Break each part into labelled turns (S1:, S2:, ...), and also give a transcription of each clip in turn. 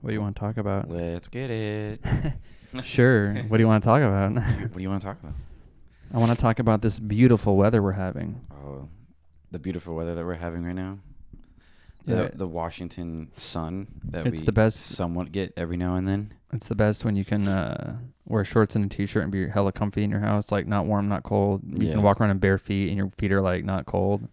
S1: What do you want to talk about?
S2: Let's get it.
S1: Sure. what do you want to talk about?
S2: What do you want to talk about?
S1: I want to talk about this beautiful weather we're having.
S2: Oh, the beautiful weather that we're having right now.
S1: Yeah.
S2: The, the Washington sun that
S1: It's
S2: we
S1: the best-
S2: somewhat get every now and then.
S1: It's the best when you can uh, wear shorts and a t-shirt and be hella comfy in your house, like not warm, not cold. You
S2: Yeah.
S1: can walk around in bare feet and your feet are like not cold.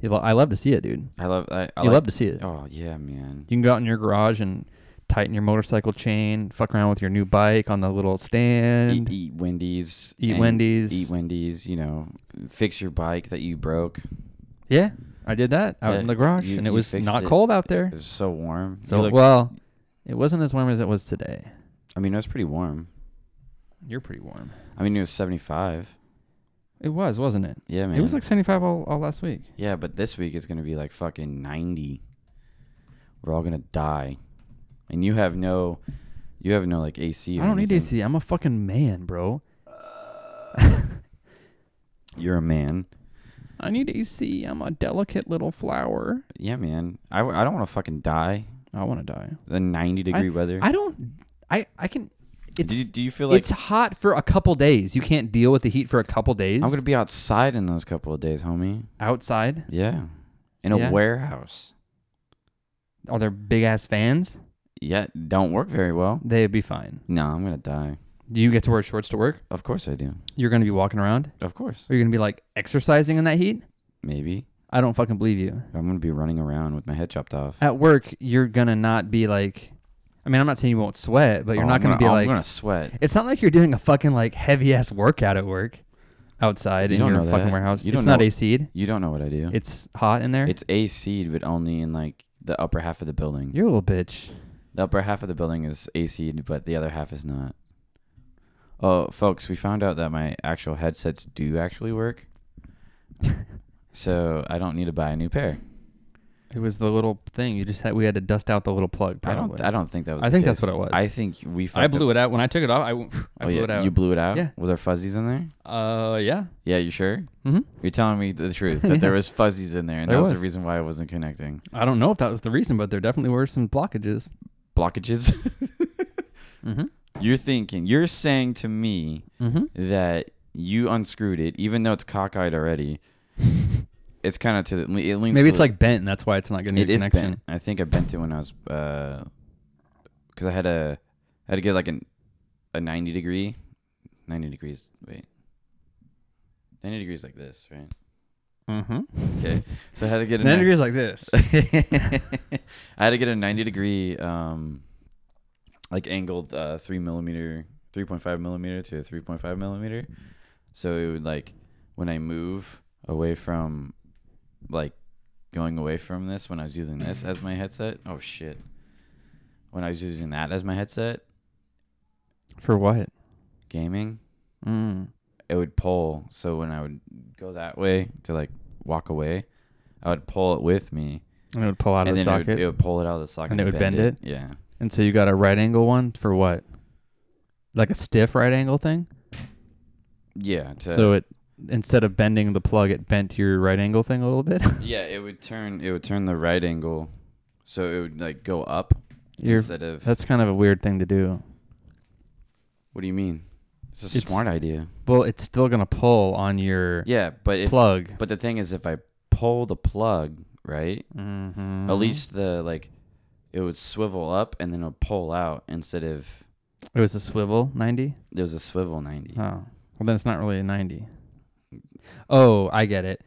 S1: You lo- I love to see it, dude.
S2: I love. I, I
S1: you
S2: like-
S1: love to see it.
S2: Oh yeah, man.
S1: You can go out in your garage and tighten your motorcycle chain, fuck around with your new bike on the little stand,
S2: Eat,
S1: eat,
S2: eat Wendy's. and
S1: Wendy's.
S2: Eat Wendy's. You know, fix your bike that you broke.
S1: yeah, I did that out
S2: Yeah,
S1: in the garage,
S2: you-
S1: and it
S2: you
S1: was
S2: fixed
S1: not
S2: it.
S1: cold out there.
S2: It was so warm.
S1: So
S2: You look-
S1: well, it wasn't as warm as it was today.
S2: I mean, it was pretty warm.
S1: You're pretty warm.
S2: I mean, it was seventy-five.
S1: It was, wasn't it?
S2: Yeah, man.
S1: It was like 75 all, all last week.
S2: Yeah, but this week is gonna be like fucking ninety. We're all gonna die, and you have no, you have no like AC. Or
S1: I don't need
S2: anything.
S1: AC. I'm a fucking man, bro.
S2: You're a man.
S1: I need AC. I'm a delicate little flower.
S2: Yeah, man. I, w- I don't want to fucking die.
S1: I want to die.
S2: The ninety degree weather.
S1: I don't. I I can. It's
S2: do, you, do you feel like
S1: it's hot for a couple days. You can't deal with the heat for a couple days.
S2: I'm gonna be outside in those couple of days, homie?
S1: outside.
S2: Yeah, in a
S1: Yeah.
S2: warehouse.
S1: Are there big ass fans?
S2: Yeah, don't work very well.
S1: They'd be fine.
S2: No, I'm gonna die.
S1: Do you get to wear shorts to work?
S2: Of course I do.
S1: You're gonna be walking around.
S2: Of course.
S1: Are you gonna be like exercising in that heat?
S2: Maybe
S1: I don't fucking believe you.
S2: I'm gonna be running around with my head chopped off.
S1: At work, you're gonna not be like. I mean, I'm not saying you won't sweat, but you're
S2: Oh,
S1: not
S2: I'm
S1: gonna, be
S2: I'm
S1: like.
S2: gonna sweat.
S1: It's not like you're doing a fucking like heavy ass workout at work, outside
S2: You
S1: in
S2: don't
S1: your
S2: know
S1: fucking
S2: that.
S1: warehouse.
S2: You don't
S1: it's not
S2: know-
S1: AC'd.
S2: You don't know what I do.
S1: It's hot in there.
S2: It's AC'd, but only in like the upper half of the building.
S1: you're a little bitch.
S2: The upper half of the building is AC'd, but the other half is not. Oh, folks, we found out that my actual headsets do actually work. so I don't need to buy a new pair.
S1: It was the little thing you just had. We had to dust out the little plug. Probably.
S2: I don't. I don't think that was.
S1: I
S2: the
S1: think that's
S2: case.
S1: what it was.
S2: I think we.
S1: I blew it out when I took it off. I, w- I blew
S2: Oh, yeah,
S1: it out.
S2: You blew it out.
S1: Yeah.
S2: Was there fuzzies in there?
S1: uh, yeah.
S2: Yeah. You sure?
S1: hmm
S2: You're telling me the truth that
S1: Yeah.
S2: there was fuzzies in there, and
S1: There
S2: that was.
S1: was.
S2: the reason why I wasn't connecting.
S1: I don't know if that was the reason, but there definitely were some blockages.
S2: Blockages.
S1: Mm-hmm.
S2: you're thinking. You're saying to me
S1: Mm-hmm.
S2: that you unscrewed it, even though it's cockeyed already. It's kind of to the, it leans.
S1: Maybe
S2: to
S1: it's
S2: the-
S1: like bent, and that's why it's not getting a
S2: it
S1: good
S2: is
S1: connection.
S2: bent. I think I bent it when I was because I had a I had to get like an a ninety degree, ninety degrees. Wait, ninety degrees like this, right?
S1: Mm-hmm.
S2: Okay, so I had to get a
S1: Then it
S2: nin-
S1: goes like this.
S2: I had to get a ninety degree um like angled uh three millimeter, three point five millimeter to three point five millimeter, so it would like when I move away from like going away from this when I was using this as my headset. Oh shit. When I was using that as my headset,
S1: For what?
S2: gaming,
S1: Mm.
S2: it would pull. So when I would go that way to like walk away, I would pull it with me.
S1: And it would pull out
S2: and
S1: of the
S2: then
S1: socket.
S2: It, would, it would pull it out of the socket.
S1: And it would bend
S2: Yeah.
S1: and so you got a right angle one for what? Like a stiff right angle thing.
S2: Yeah. To,
S1: So it instead of bending the plug, it bent your right angle thing a little bit.
S2: yeah, it would turn it would turn the right angle. So it would like go up
S1: You're,
S2: instead of
S1: that's kind of a weird thing to do.
S2: what do you mean? It's a
S1: It's-
S2: smart idea.
S1: Well, it's still gonna pull on your
S2: Yeah, but if
S1: plug.
S2: but the thing is if I pull the plug, right?
S1: Mm-hmm.
S2: At least the like it would swivel up and then it would pull out instead of
S1: it was a swivel ninety.
S2: there was a swivel ninety.
S1: Oh, well then it's not really a ninety. Oh, I get it.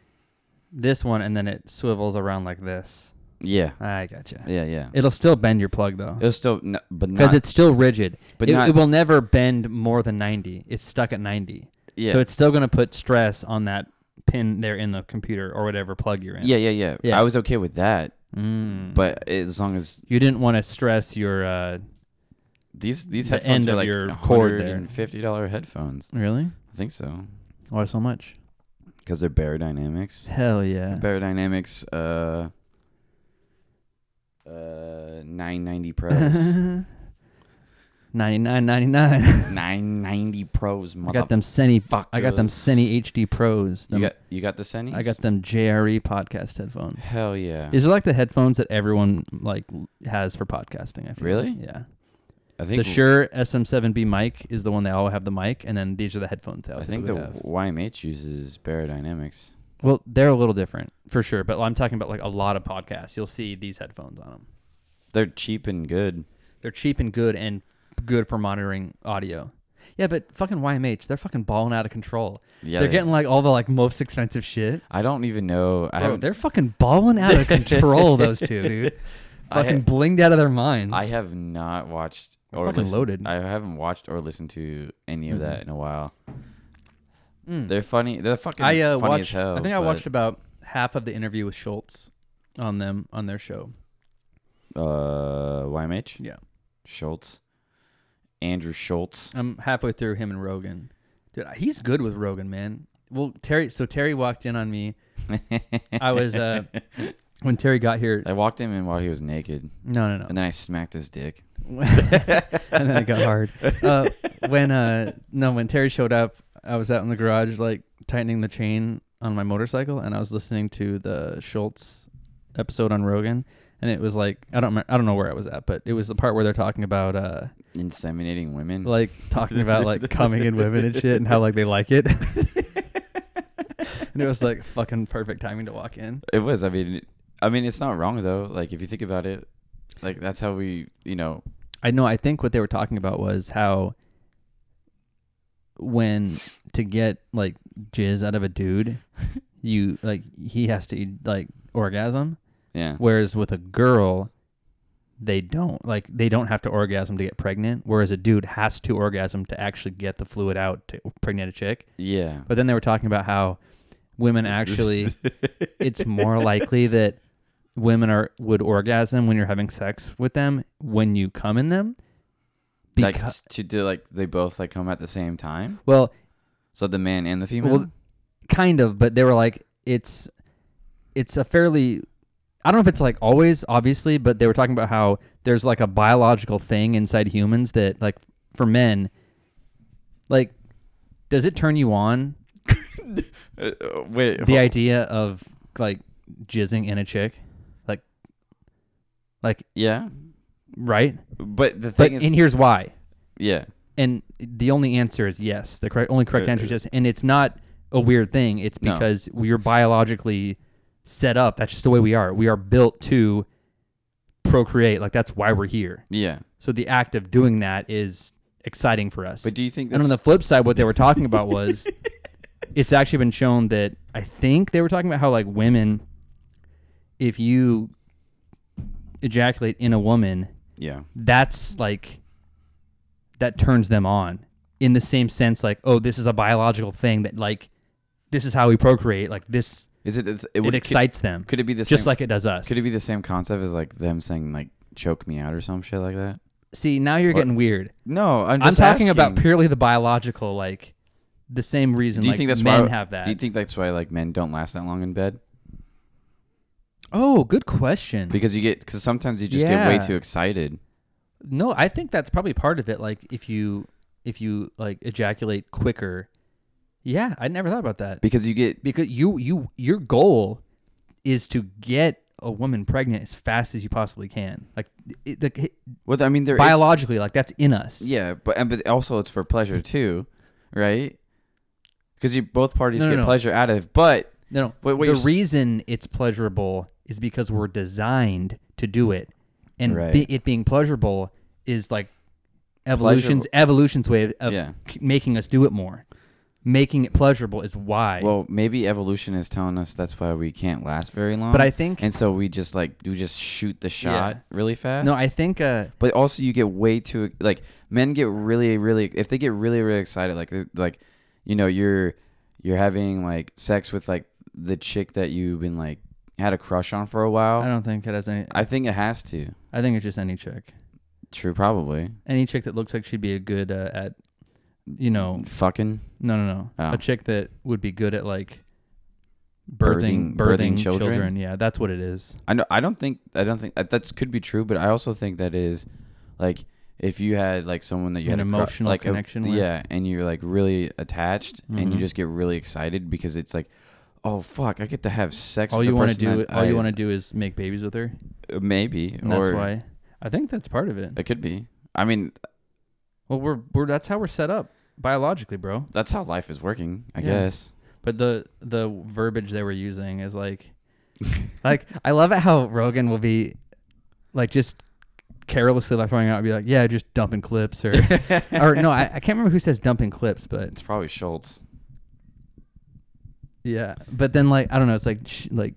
S1: This one, and then it swivels around like this.
S2: Yeah.
S1: I gotcha.
S2: Yeah, yeah.
S1: It'll still bend your plug though,
S2: It'll still, no, but
S1: because
S2: not.
S1: it's still rigid.
S2: but
S1: it,
S2: not.
S1: it will never bend more than ninety. It's stuck at ninety,
S2: yeah.
S1: so it's still gonna put stress on that pin there in the computer or whatever plug you're in.
S2: yeah, yeah, yeah,
S1: Yeah.
S2: I was okay with that,
S1: Mm.
S2: but as long as
S1: you didn't want to stress your uh,
S2: these these
S1: The
S2: headphones
S1: end
S2: are
S1: of
S2: like
S1: your cord there.
S2: fifty dollar headphones.
S1: really
S2: I think so
S1: why so much.
S2: because they're Barodynamics.
S1: Hell yeah.
S2: Barodynamics, uh, uh, nine ninety pros.
S1: Nine ninety nine ninety nine.
S2: 990 Pros,
S1: I
S2: mother.
S1: got them Sony. I got them
S2: Fuckers.
S1: Sony HD Pros.
S2: You
S1: Them,
S2: got you got the Sennies?
S1: I got them JRE podcast headphones.
S2: Hell yeah.
S1: These are like the headphones that everyone like l- has for podcasting. I feel.
S2: Really?
S1: Yeah.
S2: I
S1: The
S2: think
S1: Shure SM7B mic is the one they all have the mic, and then these are the headphones. They all
S2: I think the
S1: typically have.
S2: YMH uses Baradynamics.
S1: Well, they're a little different for sure, but I'm talking about like a lot of podcasts. You'll see these headphones on them.
S2: They're cheap and good.
S1: They're cheap and good and good for monitoring audio. Yeah, but fucking YMH, they're fucking balling out of control.
S2: Yeah,
S1: they're
S2: they-
S1: getting like all the like most expensive shit.
S2: I don't even know. I
S1: Bro,
S2: haven't.
S1: they're fucking balling out of control. Those two, dude,
S2: I
S1: fucking
S2: ha-
S1: blinged out of their minds.
S2: I have not watched or
S1: fucking
S2: listened-
S1: loaded. Mm-hmm.
S2: I haven't watched or listened to any of that in a while.
S1: Mm.
S2: They're funny. They're fucking
S1: I uh,
S2: funny
S1: watched.
S2: as hell.
S1: I think I
S2: but,
S1: watched about half of the interview with Schultz on them on their show.
S2: uh YMH.
S1: Yeah.
S2: Schultz, Andrew Schultz.
S1: I'm halfway through him and Rogan. Dude, he's good with Rogan, man. Well, Terry. So Terry walked in on me. I was uh, when Terry got here.
S2: I walked him in while he was naked,
S1: No, no,
S2: and then I smacked his dick.
S1: no. and then it got hard. Uh, when uh, no, when Terry showed up, I was out in the garage like tightening the chain on my motorcycle, and I was listening to the Schultz episode on Rogan, and it was like I don't remem- I don't know where I was at, but it was the part where they're talking about uh,
S2: Inseminating women.
S1: like talking about like coming in women and shit and how like they like it. and it was like fucking perfect timing to walk in.
S2: It was. I mean, I mean, it's not wrong though. Like if you think about it, like that's how we, you know,
S1: I know I think what they were talking about was how when to get like jizz out of a dude, you like he has to like orgasm
S2: yeah.
S1: whereas with a girl they don't like they don't have to orgasm to get pregnant whereas a dude has to orgasm to actually get the fluid out to pregnant a chick
S2: Yeah.
S1: But then they were talking about how women actually, it's more likely that women are would orgasm when you're having sex with them when you come in them.
S2: like
S1: Because
S2: to do like they both like come at the same time.
S1: well,
S2: So the man and the female.
S1: Well, kind of, but they were like it's it's a fairly I don't know if it's like always obviously, but they were talking about how there's like a biological thing inside humans that like for men like does it turn you on
S2: Uh, uh, wait.
S1: the
S2: ho-
S1: idea of like jizzing in a chick, like, like
S2: yeah.
S1: right?
S2: But the
S1: But
S2: thing is,
S1: and here's why.
S2: yeah,
S1: And the only answer is yes. The correct, only correct
S2: Uh,
S1: answer is yes. And it's not a weird thing. It's
S2: No.
S1: because we're biologically set up. That's just the way we are. We are built to procreate. Like that's why we're here.
S2: yeah.
S1: So the act of doing that is exciting for us.
S2: But do you think
S1: And
S2: that's
S1: on the flip side, what they were talking about was it's actually been shown that I think they were talking about how like women, if you ejaculate in a woman,
S2: yeah?
S1: that's like that turns them on in the same sense like oh this is a biological thing that like this is how we procreate like this
S2: Is it? It,
S1: it,
S2: would,
S1: excites them
S2: Could, could it be the
S1: just
S2: same?
S1: like it does us
S2: could it be the same concept as like them saying like choke me out or some shit like that?
S1: see now you're
S2: What?
S1: getting weird
S2: No, I'm.
S1: i'm
S2: Just
S1: talking about
S2: asking.
S1: purely the biological like the same reason
S2: Do you
S1: like
S2: think that's
S1: men
S2: why?
S1: have that
S2: Do you think that's why like men don't last that long in bed?
S1: oh good question
S2: Because you get because sometimes you just get
S1: Yeah.
S2: way too excited.
S1: No, I think that's probably part of it. Like if you if you like ejaculate quicker, yeah, I never thought about that
S2: Because you get
S1: because you you your goal is to get a woman pregnant as fast as you possibly can. Like it, the,
S2: well, I mean, there is-
S1: biologically, like that's in us.
S2: yeah, but and but also it's for pleasure too, right? Because you both parties
S1: No, no,
S2: get
S1: no.
S2: pleasure out of, but
S1: No, no.
S2: Wait, what
S1: the
S2: you're s-
S1: reason it's pleasurable is because we're designed to do it, and
S2: Right.
S1: be, it being pleasurable is like evolution's evolution's way of, of
S2: Yeah.
S1: k- making us do it more. Making it pleasurable is why.
S2: well, maybe evolution is telling us that's why we can't last very long.
S1: but I think
S2: and so we just like we just shoot the shot really fast.
S1: no, I think uh,
S2: but also you get way too like men get really really if they get really really excited like they're- like you know you're you're having like sex with like the chick that you've been like had a crush on for a
S1: I
S2: while.
S1: don't think it has any.
S2: I think it has to.
S1: I think it's just any chick,
S2: True, probably.
S1: any chick that looks like she'd be a good uh, at, you know,
S2: Fucking
S1: no, no, no,
S2: Oh.
S1: a chick that would be good at like birthing
S2: Birthing-
S1: birthing,
S2: birthing
S1: children.
S2: children?
S1: Yeah, that's what it is.
S2: uh, I know. I don't think. I don't think that could be true, but I also think that is like if you had like someone that you
S1: An
S2: had a pro-
S1: emotional
S2: like a-
S1: connection with.
S2: yeah, and you're like really attached, and you
S1: Mhm.
S2: just get really excited because it's like, oh fuck, I get to have sex.
S1: all
S2: with
S1: you
S2: want to
S1: do, all you want to do is make babies with her.
S2: to uh, maybe,
S1: And that's
S2: or
S1: why. I think that's part of it.
S2: it could be. I mean,
S1: Well, we're we're that's how we're set up biologically, bro.
S2: that's how life is working, I
S1: Yeah.
S2: guess.
S1: But the the verbiage they were using is like, like I love it how Rogan will be, like just carelessly like throwing out and be like, yeah, just dumping clips or or no, I, I can't remember who says dumping clips, but
S2: It's probably Schultz.
S1: yeah, but then like I don't know, it's like sh- like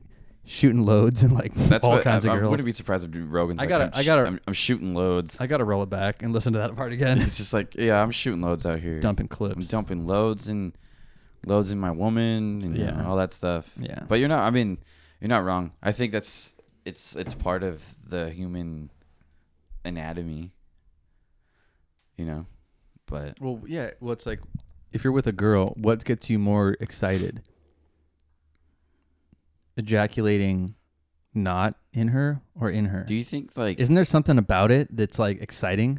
S1: shooting loads and like
S2: That's
S1: all
S2: what
S1: kinds
S2: I,
S1: of
S2: I
S1: girls.
S2: wouldn't be surprised if Rogan's.
S1: I
S2: like,
S1: gotta-
S2: I'm
S1: I
S2: sh-
S1: gotta-
S2: I'm, I'm shooting loads.
S1: I gotta roll it back and listen to that part again.
S2: it's just like, yeah, I'm shooting loads out here.
S1: dumping clips.
S2: I'm dumping loads and loads in my woman and you know,
S1: Yeah.
S2: all that stuff.
S1: Yeah,
S2: But you're not. I mean, you're not wrong. I think that's it's it's part of the human anatomy. You know, but
S1: Well, yeah. Well, it's like if you're with a girl, what gets you more excited? Ejaculating not in her or in her?
S2: do you think like
S1: Isn't there something about it that's like exciting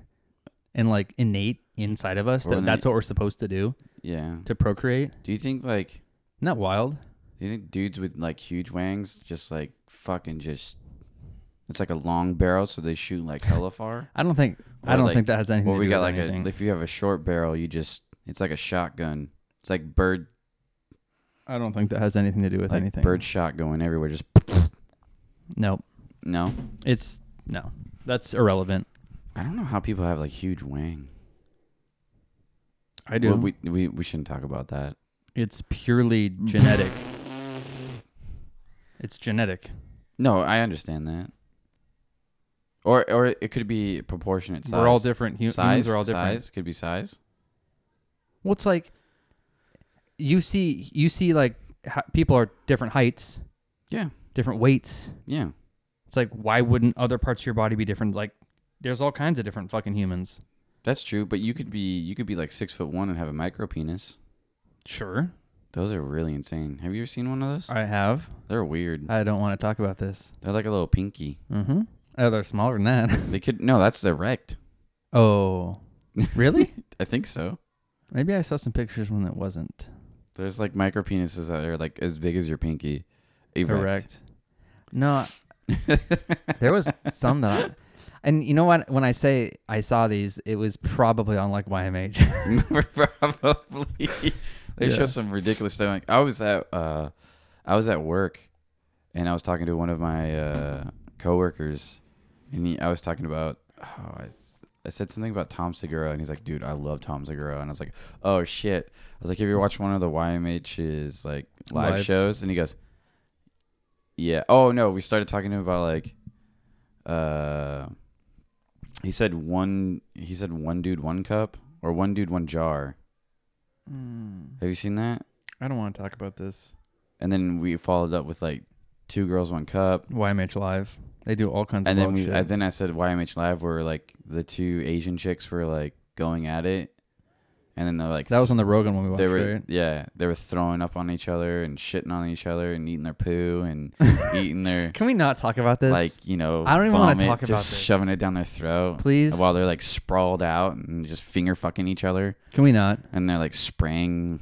S1: and like innate inside of us
S2: Well,
S1: that
S2: then
S1: that's what we're supposed to do
S2: yeah?
S1: to procreate?
S2: Do you think like
S1: Isn't that wild?
S2: do you think dudes with like huge wangs just like fucking just it's like a long barrel, so they shoot like hella far.
S1: I don't think I
S2: Or,
S1: don't
S2: like,
S1: think that has anything
S2: Well,
S1: to
S2: we
S1: do
S2: got
S1: with
S2: like
S1: anything.
S2: a if you have a short barrel, you just it's like a shotgun. It's like bird
S1: I don't think that has anything to do with
S2: like
S1: anything.
S2: bird shot going everywhere. Just
S1: Nope.
S2: no.
S1: It's no. That's irrelevant.
S2: I don't know how people have like huge wang.
S1: I
S2: Well, we, we we shouldn't talk about that.
S1: it's purely genetic. it's genetic.
S2: No, I understand that. Or or it could be proportionate size.
S1: We're all different. Hu-
S2: Size
S1: Humans are all different.
S2: Size could be size.
S1: What's like? You see, you see, like ho- people are different heights,
S2: Yeah,
S1: different weights.
S2: yeah.
S1: It's like, why wouldn't other parts of your body be different? Like, there's all kinds of different fucking humans.
S2: That's true. But you could be you could be like six foot one and have a micro penis.
S1: Sure,
S2: Those are really insane. Have you ever seen one of those?
S1: I have.
S2: They're weird.
S1: I don't want to talk about this.
S2: They're like a little pinky.
S1: Mm-hmm. Oh, they're smaller than that.
S2: They could no, that's erect.
S1: oh, really?
S2: I think so.
S1: Maybe I saw some pictures when it wasn't
S2: There's like micro penises that are like as big as your pinky. Erect.
S1: correct. No, there was some that. I, and you know what? When I say I saw these, it was probably on like YMH.
S2: Probably. they
S1: Yeah.
S2: show some ridiculous stuff. Like, I was at uh, I was at work, and I was talking to one of my uh, coworkers, and he, I was talking about oh, I, I said something about Tom Segura, and he's like, "Dude, I love Tom Segura," and I was like, "Oh shit!" I was like, "Have you watched one of the YMH's like live
S1: Lives.
S2: shows?" And he goes, "Yeah." Oh no, we started talking to him about like, uh, he said one, he said one dude one cup or one dude one jar. Have you seen that?
S1: Hmm. I don't want to talk about this.
S2: and then we followed up with like two girls one cup
S1: YMH Live. They do all kinds
S2: and
S1: of
S2: then
S1: wild
S2: we
S1: shit.
S2: I, then i said ymh live where like the two asian chicks were like going at it and then they're like
S1: that was on the Rogan one we watched,
S2: they were
S1: right?
S2: yeah they were throwing up on each other and shitting on each other and eating their poo and eating their
S1: Can we not talk about this?
S2: like you know
S1: I don't even wanna
S2: vomit,
S1: talk about
S2: just
S1: this.
S2: shoving it down their throat
S1: please.
S2: while they're like sprawled out and just finger fucking each other
S1: Can we not?
S2: and they're like spraying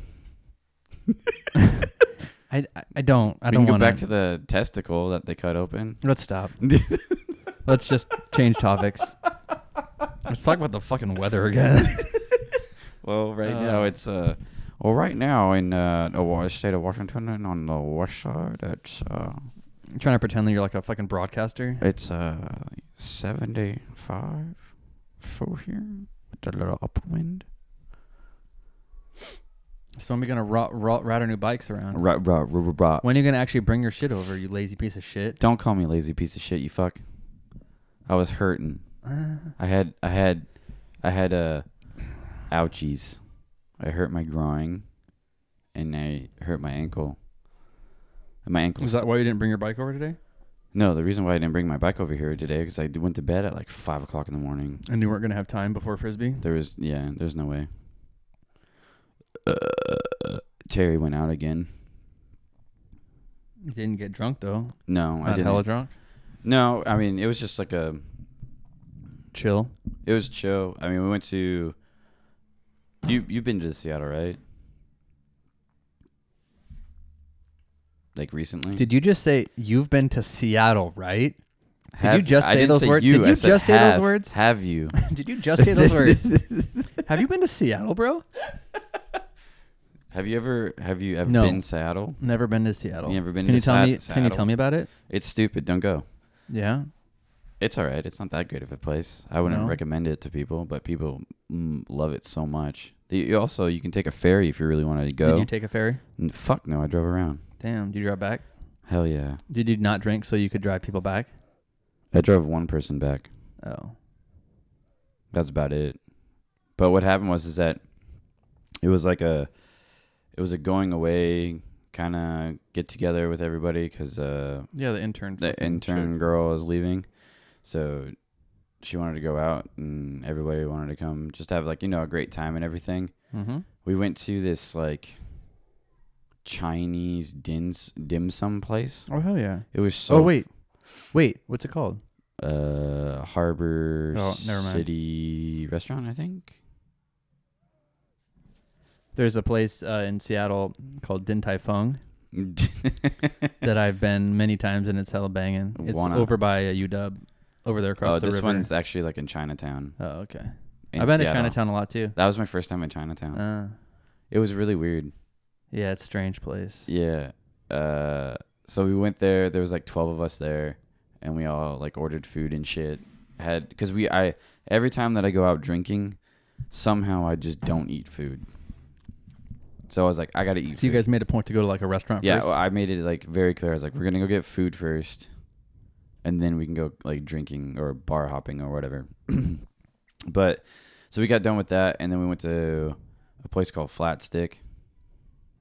S1: I, I- I don't. I
S2: we
S1: don't
S2: can go
S1: want
S2: back to the testicle that they cut open
S1: Let's stop. Let's just change topics. Let's talk about the fucking weather again.
S2: Well, right
S1: Uh,
S2: now it's uh, well, right now in uh, the wa- state of Washington and on the west side, it's uh,
S1: I'm trying to pretend that you're like a fucking broadcaster.
S2: it's uh, seventy-five for here with a little upwind.
S1: So when are we gonna rot, rot, ride our new bikes around?
S2: Right, right, right, right.
S1: When are you gonna actually bring your shit over, you lazy piece of shit?
S2: Don't call me lazy piece of shit, you fuck. I was hurting.
S1: Uh,
S2: I had, I had, I had uh, ouchies. I hurt my groin, and I hurt my ankle. And my ankle
S1: Is that why you didn't bring your bike over today?
S2: No, the reason why I didn't bring my bike over here today because I d- went to bed at like five o'clock in the morning.
S1: And you weren't gonna have time before frisbee.
S2: There was yeah, there's no way. Uh, Terry went out again.
S1: You didn't get drunk though.
S2: No, I
S1: Not
S2: didn't.
S1: hella drunk.
S2: no, I mean it was just like a
S1: chill.
S2: It was chill. I mean, we went to. You you've been to Seattle, right? Like recently.
S1: Did you just say you've been to Seattle, right?
S2: Have-
S1: you just
S2: I
S1: say
S2: didn't
S1: those words?
S2: You,
S1: Did you
S2: I said
S1: just say those
S2: have.
S1: words?
S2: Have you?
S1: Did you just say those words? Have you been to Seattle, bro?
S2: Have you ever? Have you ever
S1: No.
S2: been Seattle?
S1: Never been to Seattle.
S2: You never been
S1: can
S2: to
S1: you tell
S2: Sa-
S1: me? Can you
S2: Seattle?
S1: tell me about it?
S2: It's stupid. Don't go.
S1: Yeah.
S2: It's all right. It's not that great of a place. I wouldn't
S1: No?
S2: recommend it to people, but people mm, love it so much. They- You also, you can take a ferry if you really wanted to go.
S1: Did you take a ferry?
S2: N- Fuck no, I drove around.
S1: Damn. Did you drive back?
S2: Hell yeah,
S1: Did you not drink so you could drive people back?
S2: I drove one person back.
S1: Oh.
S2: That's about it. But what happened was is that it was like a it was a going away kind of get together with everybody because uh,
S1: Yeah, the intern.
S2: the
S1: fucking
S2: intern girl is leaving, so she wanted to go out and everybody wanted to come just have like you know a great time and everything.
S1: chick. Mm-hmm.
S2: We went to this like Chinese dim dim sum place.
S1: Oh hell yeah!
S2: It was so
S1: oh wait, wait, what's it called?
S2: uh Harbor
S1: Oh, never mind.
S2: City restaurant, I think.
S1: There's a place uh, in Seattle called Din Tai Fung that I've been many times, and it's hella banging. It's
S2: Wanna-
S1: over by uh, UW, over there across
S2: oh,
S1: the
S2: this
S1: river.
S2: one's actually like in Chinatown.
S1: oh okay.
S2: in
S1: I've been to
S2: Seattle.
S1: Chinatown a lot too.
S2: That was my first time in Chinatown.
S1: Uh,
S2: it was really weird.
S1: yeah, it's a strange place.
S2: Yeah. Uh, so we went there. There was like twelve of us there, and we all like ordered food and shit. Had because we I every time that I go out drinking, somehow I just don't eat food. So I was like, I gotta eat.
S1: So you
S2: food.
S1: guys made a point to go to like a restaurant
S2: yeah,
S1: first.
S2: well, I made it like very clear. I was like, we're gonna go get food first, and then we can go like drinking or bar hopping or whatever. but so we got done with that, and then we went to a place called Flat Stick.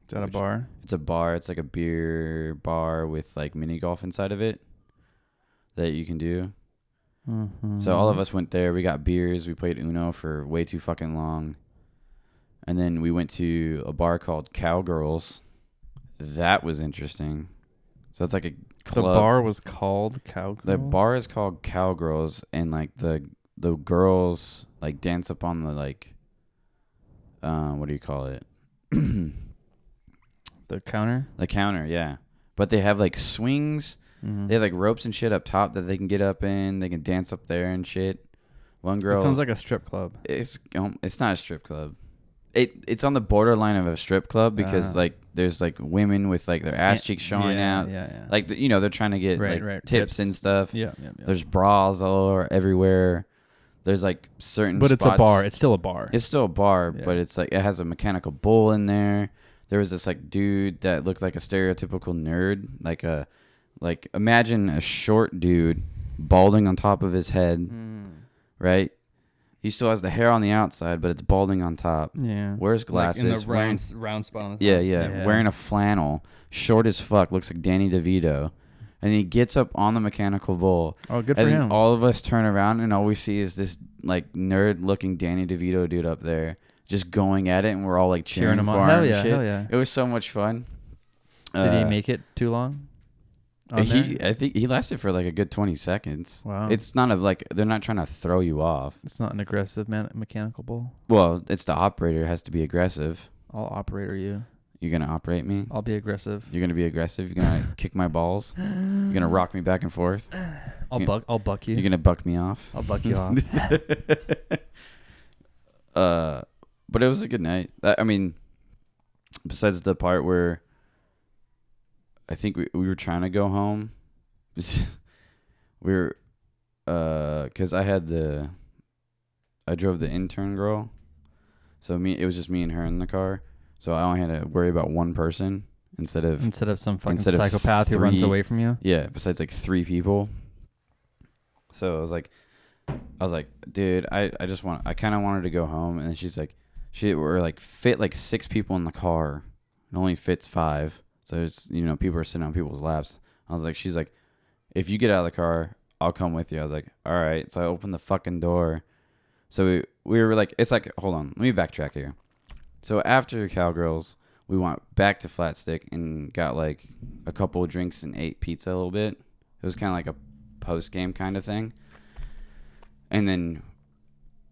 S1: It's at a
S2: which-
S1: bar.
S2: It's a bar. It's like a beer bar with like mini golf inside of it that you can do.
S1: Mm-hmm.
S2: So all of us went there. We got beers. We played Uno for way too fucking long, and then we went to a bar called Cowgirls. That was interesting. So it's like a
S1: The
S2: club.
S1: bar was called Cowgirls.
S2: The bar is called Cowgirls, and like the the girls like dance up on the like, um, what do you call it? the
S1: the counter.
S2: counter, yeah. But they have like swings.
S1: Mhm.
S2: They have like ropes and shit up top that they can get up in. They can dance up there and shit. One girl.
S1: It sounds like a strip club.
S2: it's um, it's not a strip club. It it's on the borderline of a strip club because
S1: Ah.
S2: like there's like women with like their ass
S1: Scan-
S2: cheeks showing
S1: yeah,
S2: out,
S1: Yeah, yeah.
S2: like you know they're trying to get
S1: Right,
S2: like
S1: right.
S2: tips,
S1: Tips.
S2: and stuff.
S1: yeah, yeah, yeah.
S2: There's bras all over everywhere. There's like certain
S1: But it's a
S2: spots-
S1: bar. It's still a bar.
S2: It's still a bar,
S1: Yeah.
S2: but it's like it has a mechanical bull in there. There was this like dude that looked like a stereotypical nerd, like a like imagine a short dude balding on top of his head,
S1: Mm.
S2: right? He still has the hair on the outside, but it's balding on top.
S1: Yeah.
S2: Wears glasses.
S1: Mm-hmm. Like in the
S2: wearing-
S1: round, s- round spot on the
S2: yeah,
S1: top.
S2: yeah, Wearing a flannel, short as fuck, looks like Danny DeVito. And he gets up on the mechanical bull
S1: Oh, good for
S2: and then
S1: him.
S2: all of us turn around and all we see is this like nerd looking Danny DeVito dude up there just going at it and we're all like
S1: Cheering
S2: cheering,
S1: him
S2: for
S1: on.
S2: him
S1: Hell
S2: and
S1: yeah,
S2: shit.
S1: hell yeah.
S2: It was so much fun.
S1: Did he
S2: Uh,
S1: make it too long? On
S2: he
S1: there?
S2: I think he lasted for like a good 20 seconds.
S1: Wow.
S2: It's not a like they're not trying to throw you off.
S1: It's not an aggressive man- mechanical bull.
S2: Well, it's the operator it has to be aggressive.
S1: I'll operator you.
S2: You're going to operate me.
S1: I'll be aggressive.
S2: You're going to be aggressive. You're going to kick my balls. You're going
S1: Mm-hmm.
S2: to rock me back and forth.
S1: I'll
S2: you-
S1: buck. I'll buck you.
S2: You're going to buck me off.
S1: I'll buck you off.
S2: uh, but it was a good night. I, I mean, besides the part where I think we, we were trying to go home, we were, uh, cause I had the, I drove the intern girl, so me it was just me and her in the car, so I only had to worry about one person instead of
S1: Instead of some fucking
S2: Instead of
S1: psychopath who runs
S2: three-
S1: away from you.
S2: yeah, besides like three people. So I was like, I was like, dude, I, I just want, I kind of wanted to go home. And then she's like, she, we're like fit like six people in the car. It only fits five. So it's, you know, people are sitting on people's laps. I was like, she's like, if you get out of the car, I'll come with you. I was like, all right. So I opened the fucking door. So we, we were like, it's like, hold on, let me backtrack here. So after Cowgirls, we went back to Flat Stick and got like a couple of drinks and ate pizza a little bit. It was kind of like a post game kind of thing. and then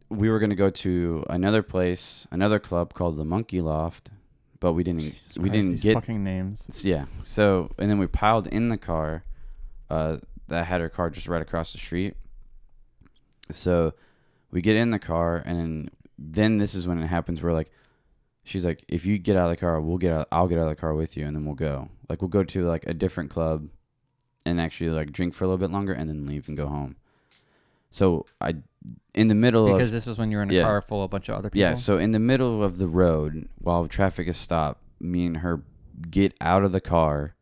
S2: we were going to go to another place, another club called the Monkey Loft, but we didn't
S1: Jesus
S2: we
S1: Christ,
S2: didn't
S1: these
S2: get
S1: fucking names.
S2: S- yeah. So and then we piled in the car. Uh, that had her car just right across the street. So we get in the car and then, then this is when it happens. We're like, she's like, if you get out of the car, we'll get out. I'll get out of the car with you, and then we'll go. Like we'll go to like a different club, and actually like drink for a little bit longer, and then leave and go home. So I, in the middle of
S1: Because this was when you were in a
S2: Yeah.
S1: car full of a bunch of other people.
S2: yeah, so in the middle of the road, while traffic is stopped, me and her get out of the car,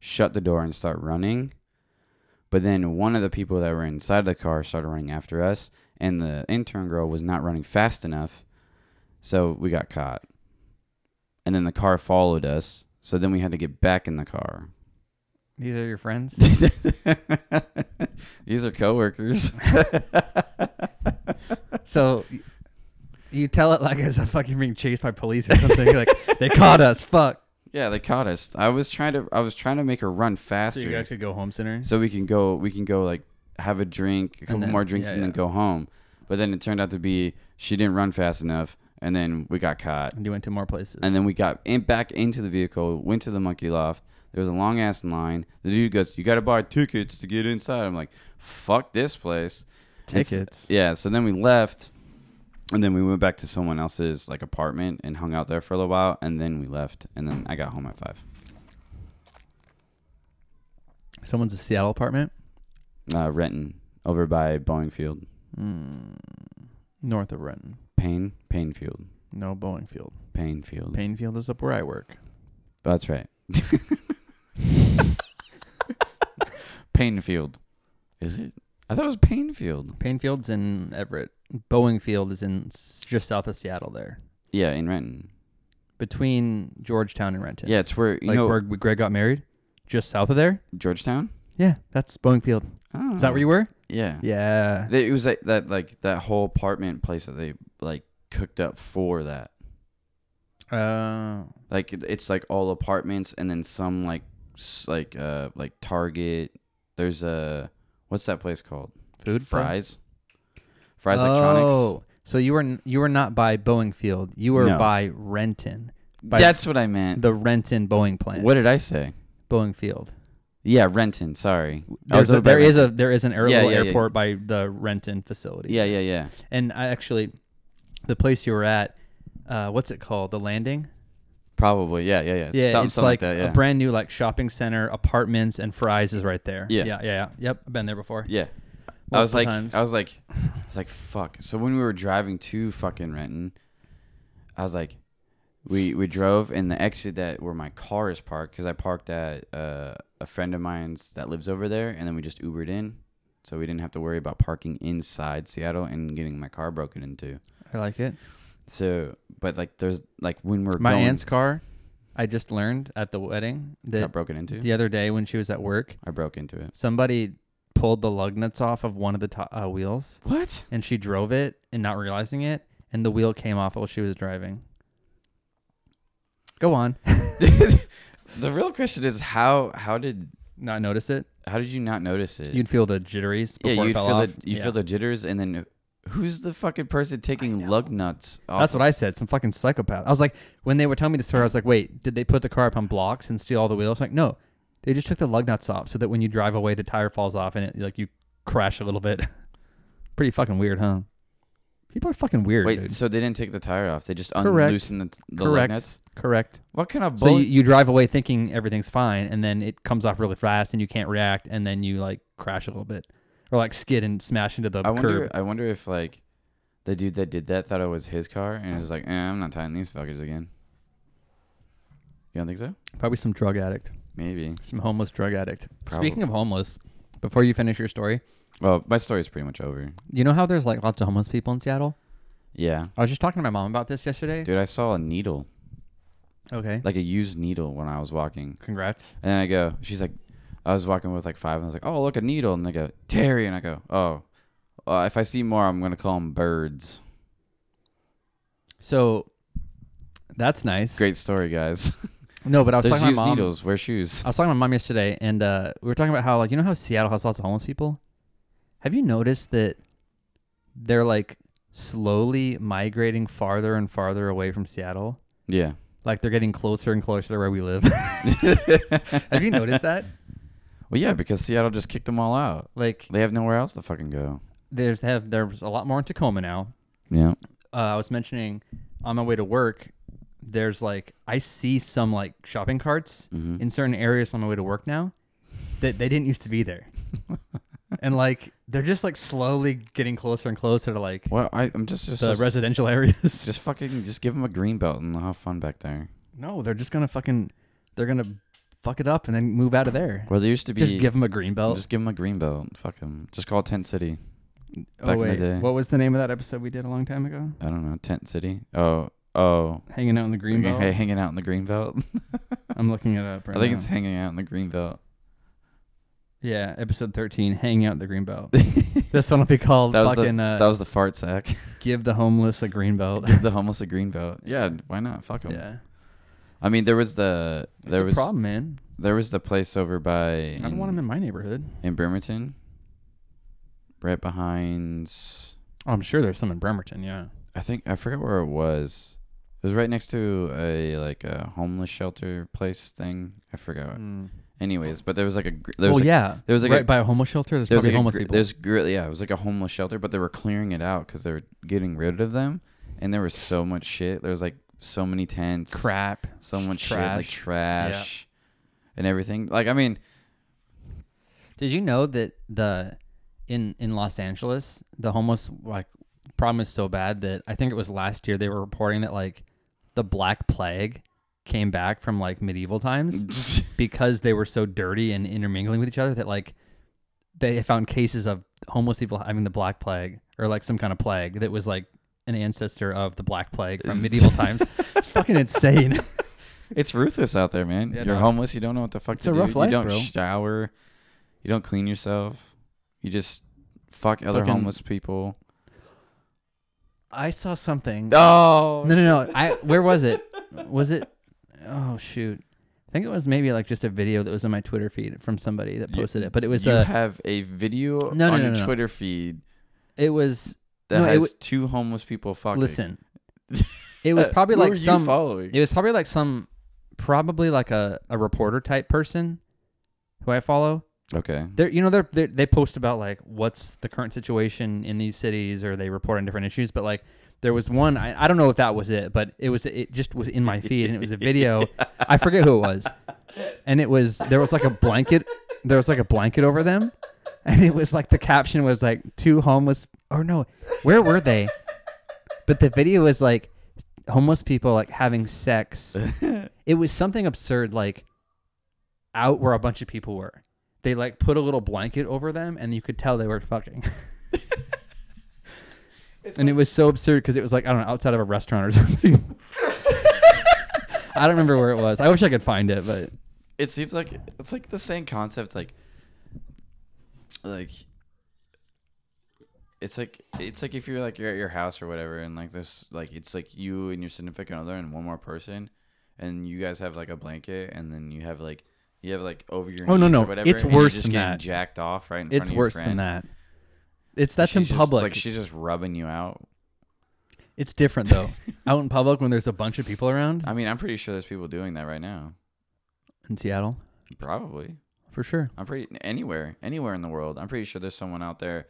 S2: shut the door, and start running. But then one of the people that were inside the car started running after us, and the intern girl was not running fast enough, so we got caught. And then the car followed us, so then we had to get back in the car.
S1: These are your friends?
S2: These are coworkers.
S1: So y- you tell it like as if fucking being chased by police or something. You're like they caught us. Fuck.
S2: Yeah, they caught us. I was trying to I was trying to make her run faster.
S1: could go home sooner.
S2: so we can go we can go like have a drink a couple
S1: then-
S2: more drinks
S1: yeah,
S2: and then
S1: yeah.
S2: go home but then it turned out to be she didn't run fast enough and then we got caught
S1: And you went to more places.
S2: and then we got in back into the vehicle went to the monkey loft there was a long ass line the dude goes you gotta buy tickets to get inside i'm like fuck this place And s-
S1: tickets.
S2: yeah so then we left and then we went back to someone else's like apartment and hung out there for a little while and then we left and then i got home at five
S1: Someone's a Seattle apartment.
S2: uh renton over by boeing field
S1: Mm, north of Renton.
S2: payne payne field
S1: No Boeing Field.
S2: payne field
S1: Painfield is up where I work.
S2: That's right. Painfield. Is it? I thought it was Painfield.
S1: Painfield's in Everett. Boeing Field is in s- just south of Seattle there.
S2: Yeah, in Renton.
S1: Between Georgetown and Renton.
S2: Yeah, it's where you
S1: Like
S2: know
S1: where Greg got married. Just south of there?
S2: Georgetown.
S1: Yeah, that's Boeing Field.
S2: Oh.
S1: Is that where you were?
S2: Yeah.
S1: Yeah.
S2: They- it was like that, like that whole apartment place that they like cooked up for that.
S1: Uh,
S2: Like it- it's like all apartments, and then some like s- like uh like Target. There's a what's that place called?
S1: food Oh. pro?
S2: Fries. Fries Electronics.
S1: so you were n- you were not by Boeing Field. You were
S2: No.
S1: by Renton, by-
S2: That's what I meant.
S1: the Renton Boeing plant.
S2: what did I say?
S1: Boeing Field?
S2: Yeah, Renton. Sorry. I was
S1: There's a,
S2: over by
S1: there is a there is an aerial
S2: Yeah, yeah, yeah.
S1: airport by the Renton facility.
S2: Yeah, yeah, yeah.
S1: and I actually, the place you were at, uh, what's it called? The Landing.
S2: Probably. Yeah, yeah, yeah.
S1: Yeah,
S2: something,
S1: it's
S2: something
S1: like,
S2: like, that. Yeah.
S1: a brand new like shopping center, apartments and fries is right there.
S2: Yeah.
S1: yeah, yeah. yeah. Yep, I've been there before.
S2: yeah. I was
S1: multiple
S2: like,
S1: times.
S2: I was like, I was like, fuck. So when we were driving to fucking Renton, I was like, we we drove and the exit that where my car is parked because I parked at uh, a friend of mine's that lives over there, and then we just Ubered in, so we didn't have to worry about parking inside Seattle and getting my car broken into.
S1: I like it.
S2: So, but like, there's like when we're
S1: My
S2: going,
S1: aunt's car, I just learned at the wedding that
S2: got broken into.
S1: the other day when she was at work,
S2: I broke into it.
S1: somebody pulled the lug nuts off of one of the to- uh, wheels
S2: What?
S1: and she drove it and not realizing it and the wheel came off while she was driving go on
S2: The real question is how how did
S1: not notice it
S2: how did you not notice it?
S1: you'd feel the jitteries
S2: yeah,
S1: before
S2: you
S1: it fell
S2: feel
S1: off.
S2: the you
S1: Yeah.
S2: feel the jitters, and then who's the fucking person taking lug nuts? Off
S1: that's
S2: of-
S1: what i said some fucking psychopath i was like when they were telling me the story i was like wait did they put the car up on blocks and steal all the wheels like no they just took the lug nuts off so that when you drive away the tire falls off and it like you crash a little bit pretty fucking weird huh people are fucking weird
S2: Wait,
S1: dude.
S2: so they didn't take the tire off? They just
S1: Correct.
S2: unloosened the, the lug
S1: Correct.
S2: nuts.
S1: correct
S2: What kind of
S1: So you,
S2: bull?
S1: you drive away thinking everything's fine, and then it comes off really fast, and you can't react, and then you like crash a little bit, or like skid and smash into the
S2: I wonder.
S1: curb.
S2: I wonder if like the dude that did that thought it was his car and was like, eh, I'm not tying these fuckers again. You don't think so?
S1: Probably some drug addict,
S2: Maybe.
S1: some homeless drug addict.
S2: Probably.
S1: Speaking of homeless, before you finish your story,
S2: Well, my story's pretty much over.
S1: you know how there's like lots of homeless people in Seattle.
S2: Yeah,
S1: I was just talking to my mom about this yesterday.
S2: dude, I saw a needle,
S1: Okay,
S2: like a used needle, when I was walking.
S1: congrats.
S2: And then I go, she's like, I was walking with like five, and I was like, oh, look, a needle. And they go, Terry. And I go, oh, uh, if I see more, I'm going to call them birds.
S1: So that's nice.
S2: Great story, guys.
S1: No, but I was
S2: There's
S1: talking to
S2: used
S1: my mom.
S2: needles. Wear shoes.
S1: I was talking to my mom yesterday, and uh, we were talking about how, like, you know how Seattle has lots of homeless people? Have you noticed that they're like slowly migrating farther and farther away from Seattle.
S2: Yeah.
S1: Like they're getting closer and closer to where we live. Have you noticed that?
S2: Well, yeah, because Seattle just kicked them all out.
S1: Like
S2: They have nowhere else to fucking go.
S1: there's have there's a lot more in Tacoma now.
S2: Yeah.
S1: uh, I was mentioning on my way to work, there's like I see some like shopping carts
S2: Mhm.
S1: in certain areas on my way to work now that they didn't used to be there, and like they're just like slowly getting closer and closer to like
S2: Well, I, I'm just just
S1: the residential areas.
S2: just fucking just give them a green belt and they'll have fun back there.
S1: no, they're just gonna fucking they're gonna fuck it up and then move out of there.
S2: Well, there used to be
S1: Just give them a green belt.
S2: just give 'em a green belt. Fuck them. Just call it Tent City.
S1: oh
S2: back in the
S1: wait,
S2: day.
S1: what was the name of that episode we did a long time ago?
S2: I don't know. Tent City. Oh, oh.
S1: Hanging out in the green
S2: Okay,
S1: belt.
S2: hey, hanging out in the green belt.
S1: I'm looking it up right
S2: I think
S1: now.
S2: it's hanging out in the green belt.
S1: yeah, episode 13, hanging out in the green belt. this one will be called
S2: That was the-
S1: fucking uh,
S2: that was the fart sack.
S1: give the homeless a green belt.
S2: Give the homeless a green belt. Yeah, why not? Fuck them.
S1: yeah,
S2: I mean, there was the there
S1: it's
S2: was
S1: a problem, man.
S2: there was the place over by. In,
S1: I don't want them in my neighborhood.
S2: in Bremerton, right behind.
S1: Oh, I'm sure there's some in Bremerton. Yeah,
S2: I think I forget where it was. It was right next to a like a homeless shelter place thing. I forgot.
S1: Mm.
S2: Anyways, but there was like a gr- there was
S1: well,
S2: like,
S1: yeah.
S2: there was like
S1: right
S2: a-
S1: by a homeless shelter. There's
S2: there was
S1: probably
S2: like
S1: homeless
S2: a, gr-
S1: people.
S2: There's gr- yeah, it was like a homeless shelter, but they were clearing it out because they were getting rid of them, and there was so much shit. There was like so many tents,
S1: crap.
S2: so much shit, like
S1: trash.
S2: trash, and everything. Like I mean,
S1: Did you know that the in in Los Angeles the homeless like problem is so bad that I think it was last year they were reporting that like the Black Plague came back from like medieval
S2: Mm.
S1: times because they were so dirty and intermingling with each other that like they found cases of homeless people having the black plague or like some kind of plague that was like an ancestor of the black plague from medieval times. It's fucking insane.
S2: it's ruthless out there, man.
S1: Yeah,
S2: You're
S1: no.
S2: homeless. You don't know what the fuck
S1: It's
S2: to
S1: a
S2: do.
S1: rough life,
S2: you don't
S1: bro.
S2: shower. You don't clean yourself. You just fuck other
S1: Fucking-
S2: homeless people.
S1: I saw something.
S2: Oh
S1: No, no, no. I where was it? Was it? Oh shoot. I think it was maybe like just a video that was on my Twitter feed from somebody that
S2: You-
S1: posted it, but it was
S2: you
S1: uh,
S2: have a video
S1: No, no,
S2: on
S1: no,
S2: your
S1: no, no.
S2: Twitter feed
S1: it was
S2: that
S1: No, it
S2: has
S1: w-
S2: two homeless people fucking. Uh,
S1: listen. It was probably
S2: Who
S1: like
S2: are you
S1: some
S2: following.
S1: It was probably like some, probably like a, a reporter type person who I follow.
S2: okay.
S1: They're, you know, they're, they they post about like what's the current situation in these cities or they report on different issues. But like there was one, I, I don't know if that was it, but it was, it just was in my feed and it was a video. I forget who it was. And it was, there was like a blanket, there was like a blanket over them. And it was like the caption was like two homeless, or no, where were they? But the video was like homeless people like having sex it was something absurd like out where a bunch of people were they like put a little blanket over them and you could tell they were fucking and it was so absurd because it was like i don't know outside of a restaurant or something i don't remember where it was i wish i could find it but
S2: it seems like it's like the same concept like like it's like it's like if you're like you're at your house or whatever and like this like it's like you and your significant other and one more person and you guys have like a blanket and then you have like you have like over your
S1: Oh, no,
S2: knees
S1: no.
S2: or whatever
S1: It's
S2: and you're
S1: worse
S2: just
S1: than
S2: getting
S1: that.
S2: jacked off right in front
S1: it's
S2: of your
S1: worse than
S2: friend.
S1: that it's that's
S2: She's
S1: in
S2: just,
S1: public
S2: like she's just rubbing you out
S1: it's different though out in public when there's a bunch of people around
S2: i mean i'm pretty sure there's people doing that right now
S1: in seattle
S2: probably
S1: for sure
S2: I'm pretty anywhere, anywhere in the world. I'm pretty sure there's someone out there,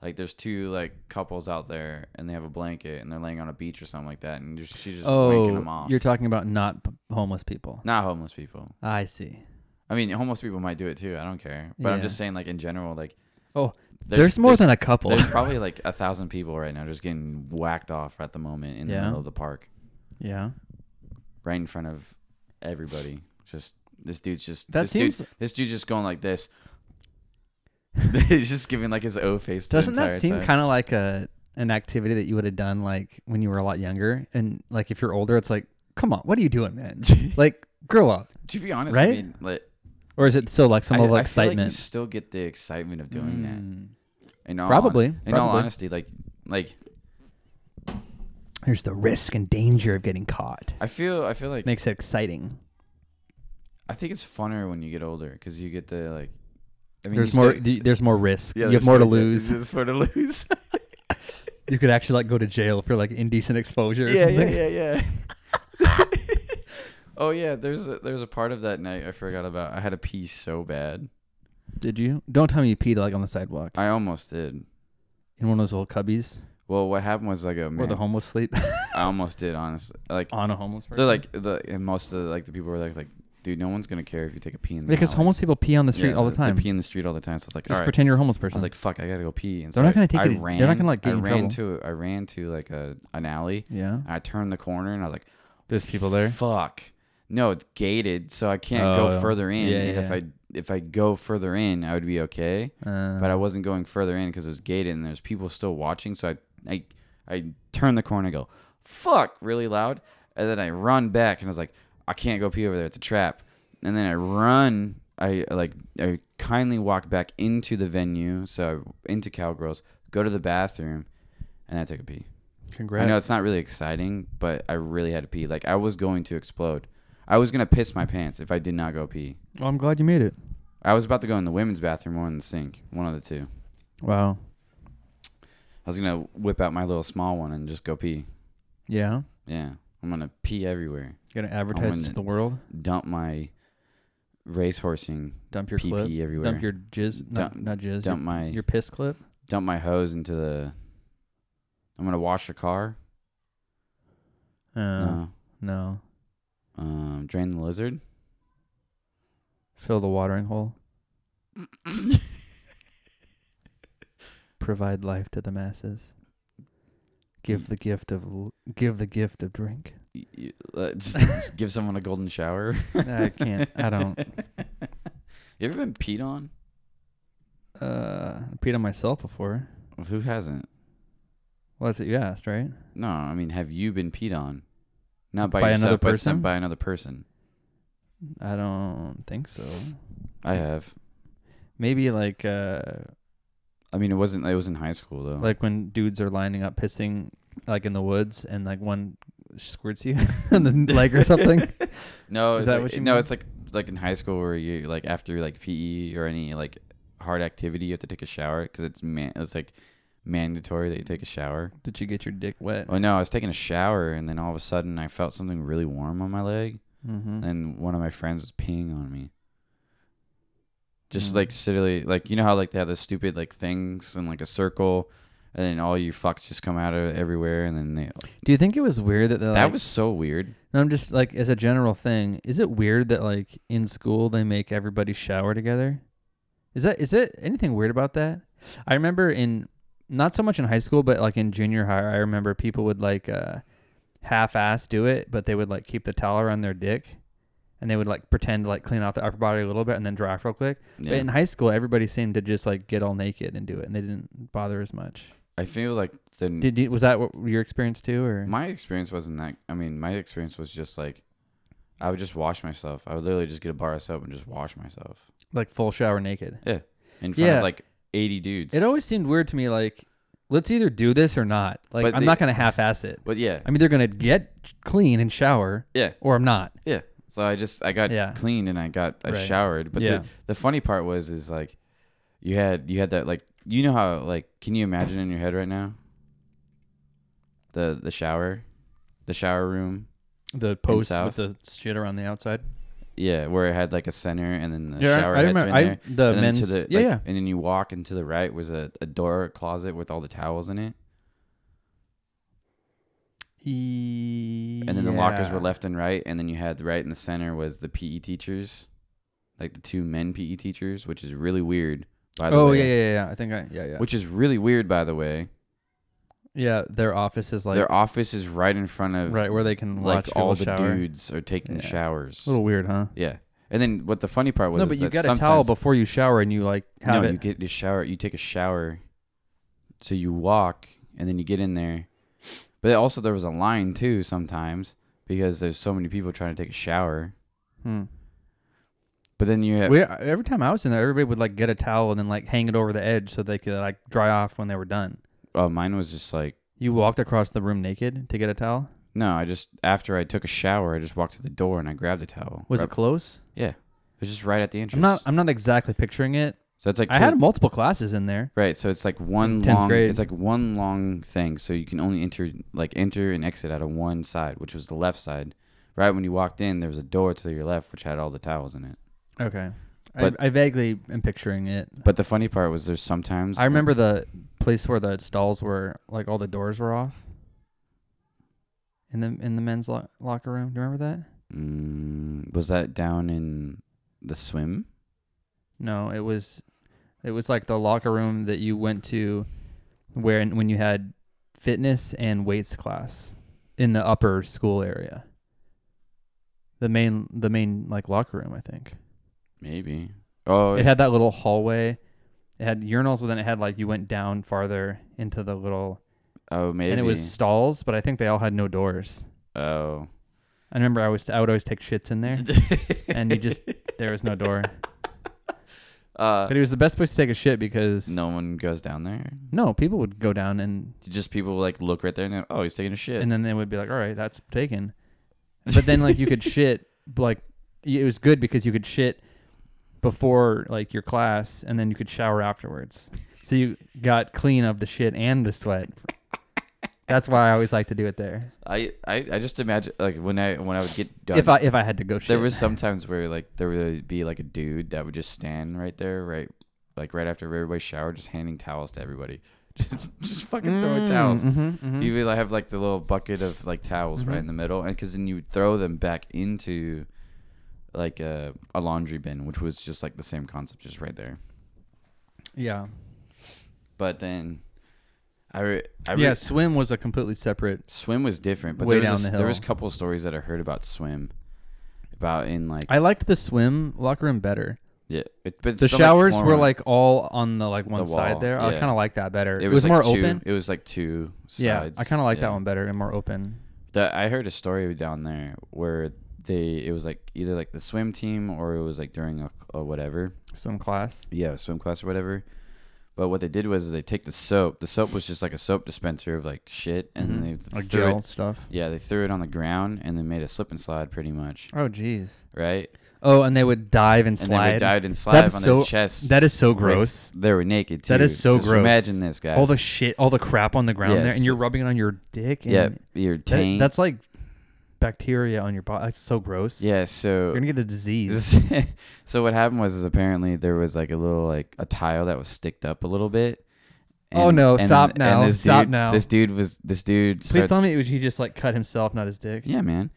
S2: like there's two like couples out there, and they have a blanket and they're laying on a beach or something like that, and just, she's just wanking them
S1: oh
S2: off.
S1: you're talking about not p- homeless people
S2: Not homeless people.
S1: i see
S2: I mean, homeless people might do it too. I don't care, but I'm
S1: Yeah.
S2: just saying, like in general, like
S1: oh there's, more than a couple
S2: There's probably like a thousand people right now just getting whacked off at the moment in the
S1: Yeah.
S2: middle of the park,
S1: yeah
S2: right in front of everybody. Just this dude's just
S1: That
S2: this dude-
S1: seems-
S2: this dude's just going like this. He's just giving like his O face. the
S1: Doesn't that
S2: entire
S1: seem
S2: time.
S1: kind of like a an activity that you would have done like when you were a lot younger? And like if you're older, it's like, come on, what are you doing, man? like grow up.
S2: To be honest, I
S1: Right?
S2: mean, like
S1: Or is it so like some
S2: I,
S1: level
S2: I
S1: of
S2: feel like you
S1: excitement?
S2: still get the excitement of doing
S1: Mm.
S2: that. In all
S1: Probably,
S2: hon- in all
S1: probably.
S2: honesty, like, like
S1: There's the risk and danger of getting caught.
S2: I feel, I feel like
S1: Makes it exciting.
S2: I think it's funner when you get older because you get the like. I mean,
S1: there's
S2: you
S1: more.
S2: still-
S1: th- there's more risk.
S2: yeah,
S1: you
S2: there's
S1: have more to
S2: yeah,
S1: lose.
S2: There's more to lose.
S1: you could actually like go to jail for like indecent exposure. Or
S2: yeah, yeah,
S1: something.
S2: yeah, yeah. oh yeah, there's a, there's a part of that night I forgot about. I had to pee so bad.
S1: Did you? Don't tell me you peed like on the sidewalk
S2: I almost did.
S1: in one of those old cubbies
S2: Well, what happened was like a
S1: where the
S2: man,
S1: homeless sleep
S2: I almost did honestly. Like
S1: on a homeless person.
S2: they're like the and most of the, like the people were like like dude, no one's gonna care if you take a pee in the
S1: because
S2: alley."
S1: homeless people pee on the
S2: Yeah,
S1: street all the
S2: they-
S1: time.
S2: They pee in the street all the time. So it's like
S1: Just
S2: all right.
S1: pretend you're a homeless
S2: I
S1: person.
S2: was like, "Fuck, I gotta go pee." And
S1: They're
S2: so
S1: not gonna take
S2: I,
S1: you to-
S2: ran,
S1: they're not gonna, like, get
S2: I
S1: you in
S2: ran to. I ran to like a an alley.
S1: yeah.
S2: I turned the corner and I was like,
S1: There's people there?
S2: Fuck. No, it's gated, so I can't
S1: Oh,
S2: go further in.
S1: yeah,
S2: and if
S1: yeah.
S2: I if I go further in, I would be okay.
S1: Uh,
S2: But I wasn't going further in because it was gated and there's people still watching. So I I I turn the corner and go, fuck, really loud, and then I run back and I was like, I can't go pee over there. It's a trap. And then I run. I like I kindly walk back into the venue, so into Cowgirls, go to the bathroom, and I take a pee.
S1: congrats.
S2: I know it's not really exciting, but I really had to pee. Like I was going to explode. I was gonna piss my pants if I did not go pee.
S1: well, I'm glad you made it.
S2: I was about to go in the women's bathroom or in the sink, one of the two.
S1: Wow.
S2: I was gonna whip out my little small one and just go pee.
S1: Yeah.
S2: Yeah, I'm gonna pee everywhere.
S1: Gonna advertise it to
S2: wouldn't-
S1: the world.
S2: Dump my racehorsing
S1: Dump your
S2: pee
S1: clip.
S2: pee everywhere.
S1: Dump your jizz. Not,
S2: Dump-
S1: not jizz.
S2: dump my
S1: your, your piss clip.
S2: dump my hose into the. I'm gonna wash the car.
S1: Uh,
S2: no.
S1: no.
S2: Um, drain the lizard.
S1: Fill the watering hole. Provide life to the masses. Give the gift of l- give the gift of drink.
S2: Y- y- let's- let's give someone a golden shower.
S1: I can't. I don't.
S2: You ever been peed on?
S1: Uh, I peed on myself before.
S2: Who hasn't?
S1: Well, that's what you asked, right?
S2: No, I mean, have you been peed on? Not by,
S1: By
S2: yourself,
S1: another
S2: but some-
S1: person?
S2: by another person.
S1: I don't think so.
S2: I have.
S1: Maybe like uh,
S2: I mean, it wasn't. It was in high school though.
S1: like when dudes are lining up pissing, like in the woods, and like one squirts you in the leg or something.
S2: no,
S1: is that
S2: like-
S1: what you
S2: No,
S1: mean?
S2: it's like like in high school where you like after like PE or any like hard activity, you have to take a shower because it's man. It's like mandatory that you take a shower.
S1: Did you get your dick wet?
S2: Oh no, I was taking a shower and then all of a sudden I felt something really warm on my leg.
S1: Mm-hmm.
S2: and one of my friends was peeing on me. Just
S1: Mm.
S2: like silly, like you know how like they have those stupid like things in like a circle, and then all you fucks just come out of everywhere, and then they.
S1: Do you think it was weird that they,
S2: that
S1: like,
S2: was so weird.
S1: No, I'm just like as a general thing. Is it weird that like in school they make everybody shower together? Is that is it anything weird about that? I remember in not so much in high school, but like in junior high, I remember people would like uh, half-ass do it, but they would like keep the towel around their dick, and they would like pretend to like clean out the upper body a little bit and then dry off real quick. But in
S2: Yeah.
S1: high school, everybody seemed to just like get all naked and do it, and they didn't bother as much.
S2: I feel like the
S1: Did you, was that what your experience too, or
S2: Mm. my experience wasn't that. I mean, my experience was just like, I would just wash myself. I would literally just get a bar of soap and just wash myself
S1: like full shower naked?
S2: in front
S1: Yeah.
S2: of like eighty dudes.
S1: It always seemed weird to me. Like, let's either do this or not. Like,
S2: But
S1: I'm
S2: the-
S1: not gonna half-ass it.
S2: but yeah,
S1: I'm either gonna get clean and shower,
S2: yeah.
S1: or I'm not.
S2: Yeah. So I just I got
S1: Yeah.
S2: cleaned and I got I
S1: Right.
S2: showered. But
S1: Yeah.
S2: the, the funny part was is like you had you had that like you know how like can you imagine in your head right now? The the shower. The shower room.
S1: The posts
S2: South?
S1: with the shit around the outside.
S2: Yeah, where it had like a center and then the
S1: I-
S2: shower
S1: I
S2: heads were
S1: remember.
S2: in there.
S1: I, the
S2: and then
S1: men's.
S2: to the,
S1: yeah,
S2: like-
S1: yeah.
S2: And then you walk and to the right was a, a door closet with all the towels in it. And then the lockers were
S1: Yeah.
S2: left and right, and then you had right in the center was the PE teachers. Like the two men PE teachers, which is really weird by the
S1: Oh
S2: way.
S1: yeah, yeah, yeah. I think I. Yeah, yeah.
S2: which is really weird, by the way.
S1: yeah, their office is like
S2: Their office is right in front of
S1: right where they can
S2: like
S1: watch
S2: all
S1: all
S2: the
S1: shower.
S2: dudes are taking
S1: Yeah.
S2: showers.
S1: A little weird, huh?
S2: Yeah, and then what the funny part was?
S1: No,
S2: is
S1: but you
S2: that
S1: get a towel
S2: sometimes-
S1: before you shower, and you like have
S2: no,
S1: it.
S2: you get to shower. You take a shower, so you walk and then you get in there. But also there was a line too sometimes because there's so many people trying to take a shower.
S1: Hmm.
S2: But then you have
S1: We, every time I was in there, everybody would like get a towel and then like hang it over the edge so they could like dry off when they were done.
S2: oh, mine was just like
S1: You walked across the room naked to get a towel.
S2: no. I just after I took a shower, I just walked to the door and I grabbed a towel.
S1: Was
S2: Right-
S1: it close?
S2: Yeah, it was just right at the entrance.
S1: I'm not. I'm not exactly picturing it.
S2: So it's like
S1: I
S2: two-
S1: had multiple classes in there.
S2: Right, so it's like one
S1: 10th
S2: long.
S1: grade.
S2: It's like one long thing. So you can only enter, like enter and exit out of one side, which was the left side. Right when you walked in, there was a door to your left, which had all the towels in it.
S1: Okay.
S2: But-
S1: I, I vaguely am picturing it.
S2: But the funny part was, there's sometimes
S1: I remember the place where the stalls were, like all the doors were off. In the in the men's lo- locker room, do you remember that?
S2: Mm, was that down in the swim?
S1: No, it was, it was like the locker room that you went to, where when you had fitness and weights class, in the upper school area. The main the main like locker room, I think.
S2: Maybe. Oh,
S1: It had that little hallway. It had urinals, but then it had like you went down farther into the little,
S2: oh, maybe.
S1: and it was stalls, but I think they all had no doors.
S2: Oh.
S1: I remember I was I would always take shits in there, and you just there was no door.
S2: Uh,
S1: But it was the best place to take a shit because no,
S2: no one goes down there.
S1: people would go down and
S2: Just people like look right there and oh, he's taking a shit.
S1: and then they would be like, all right, that's taken. But then like you could shit like y- it was good because you could shit before like your class, and then you could shower afterwards. So you got clean of the shit and the sweat. That's why I always like to do it there.
S2: I, I, I just imagine like when I when I would get done.
S1: If I if I had to go shit,
S2: there was sometimes where like there would be like a dude that would just stand right there, right, like right after everybody showered, just handing towels to everybody, just just fucking throwing towels.
S1: Mm, mhm, mhm.
S2: You would like, have like the little bucket of like towels right
S1: Mhm.
S2: in the middle, and because then you would throw them back into like a, a laundry bin, which was just like the same concept, just right there.
S1: yeah,
S2: But then I re- I re-
S1: yeah. Swim was a completely separate.
S2: swim was different, but
S1: Way
S2: there was
S1: down
S2: this-
S1: the
S2: there was a
S1: hill.
S2: couple stories that I heard about swim, about in like
S1: I liked the swim locker room better.
S2: yeah, it, but it's
S1: the
S2: still,
S1: showers were
S2: warmer.
S1: like all on the like one
S2: The wall,
S1: side there. I
S2: yeah.
S1: kind of like that better. It, was,
S2: like,
S1: more
S2: two-
S1: open.
S2: It was like two sides.
S1: yeah, I kind of like
S2: yeah.
S1: that one better and more open.
S2: The- I heard a story down there where they it was like either like the swim team or it was like during a, a whatever.
S1: Swim class.
S2: Yeah, swim class or whatever. But what they did was they take the soap. The soap was just like a soap dispenser of like shit, and then
S1: Mhm.
S2: they
S1: like
S2: threw
S1: gel
S2: It,
S1: stuff.
S2: yeah, they threw it on the ground and then made a slip and slide pretty much,
S1: Oh jeez.
S2: right?
S1: Oh, and they would dive and
S2: And they
S1: slide.
S2: would dive and slide
S1: is
S2: on
S1: so-
S2: their chest.
S1: that is so
S2: with-
S1: gross.
S2: they were naked too.
S1: That is so
S2: Just
S1: gross.
S2: Imagine this, guys.
S1: all the shit, all the crap on the ground there,
S2: Yes.
S1: and you're rubbing it on your dick. And
S2: yeah, your
S1: that-
S2: taint.
S1: that's like bacteria on your body. That's so gross.
S2: yeah. So
S1: You're gonna get a disease.
S2: This- so what happened was is apparently there was like a little like a tile that was sticked up a little bit.
S1: Oh, no, stop now,
S2: this
S1: stop
S2: dude-
S1: now.
S2: This dude was this dude.
S1: Please
S2: starts-
S1: tell me it was he just like cut himself, not his dick.
S2: Yeah, man.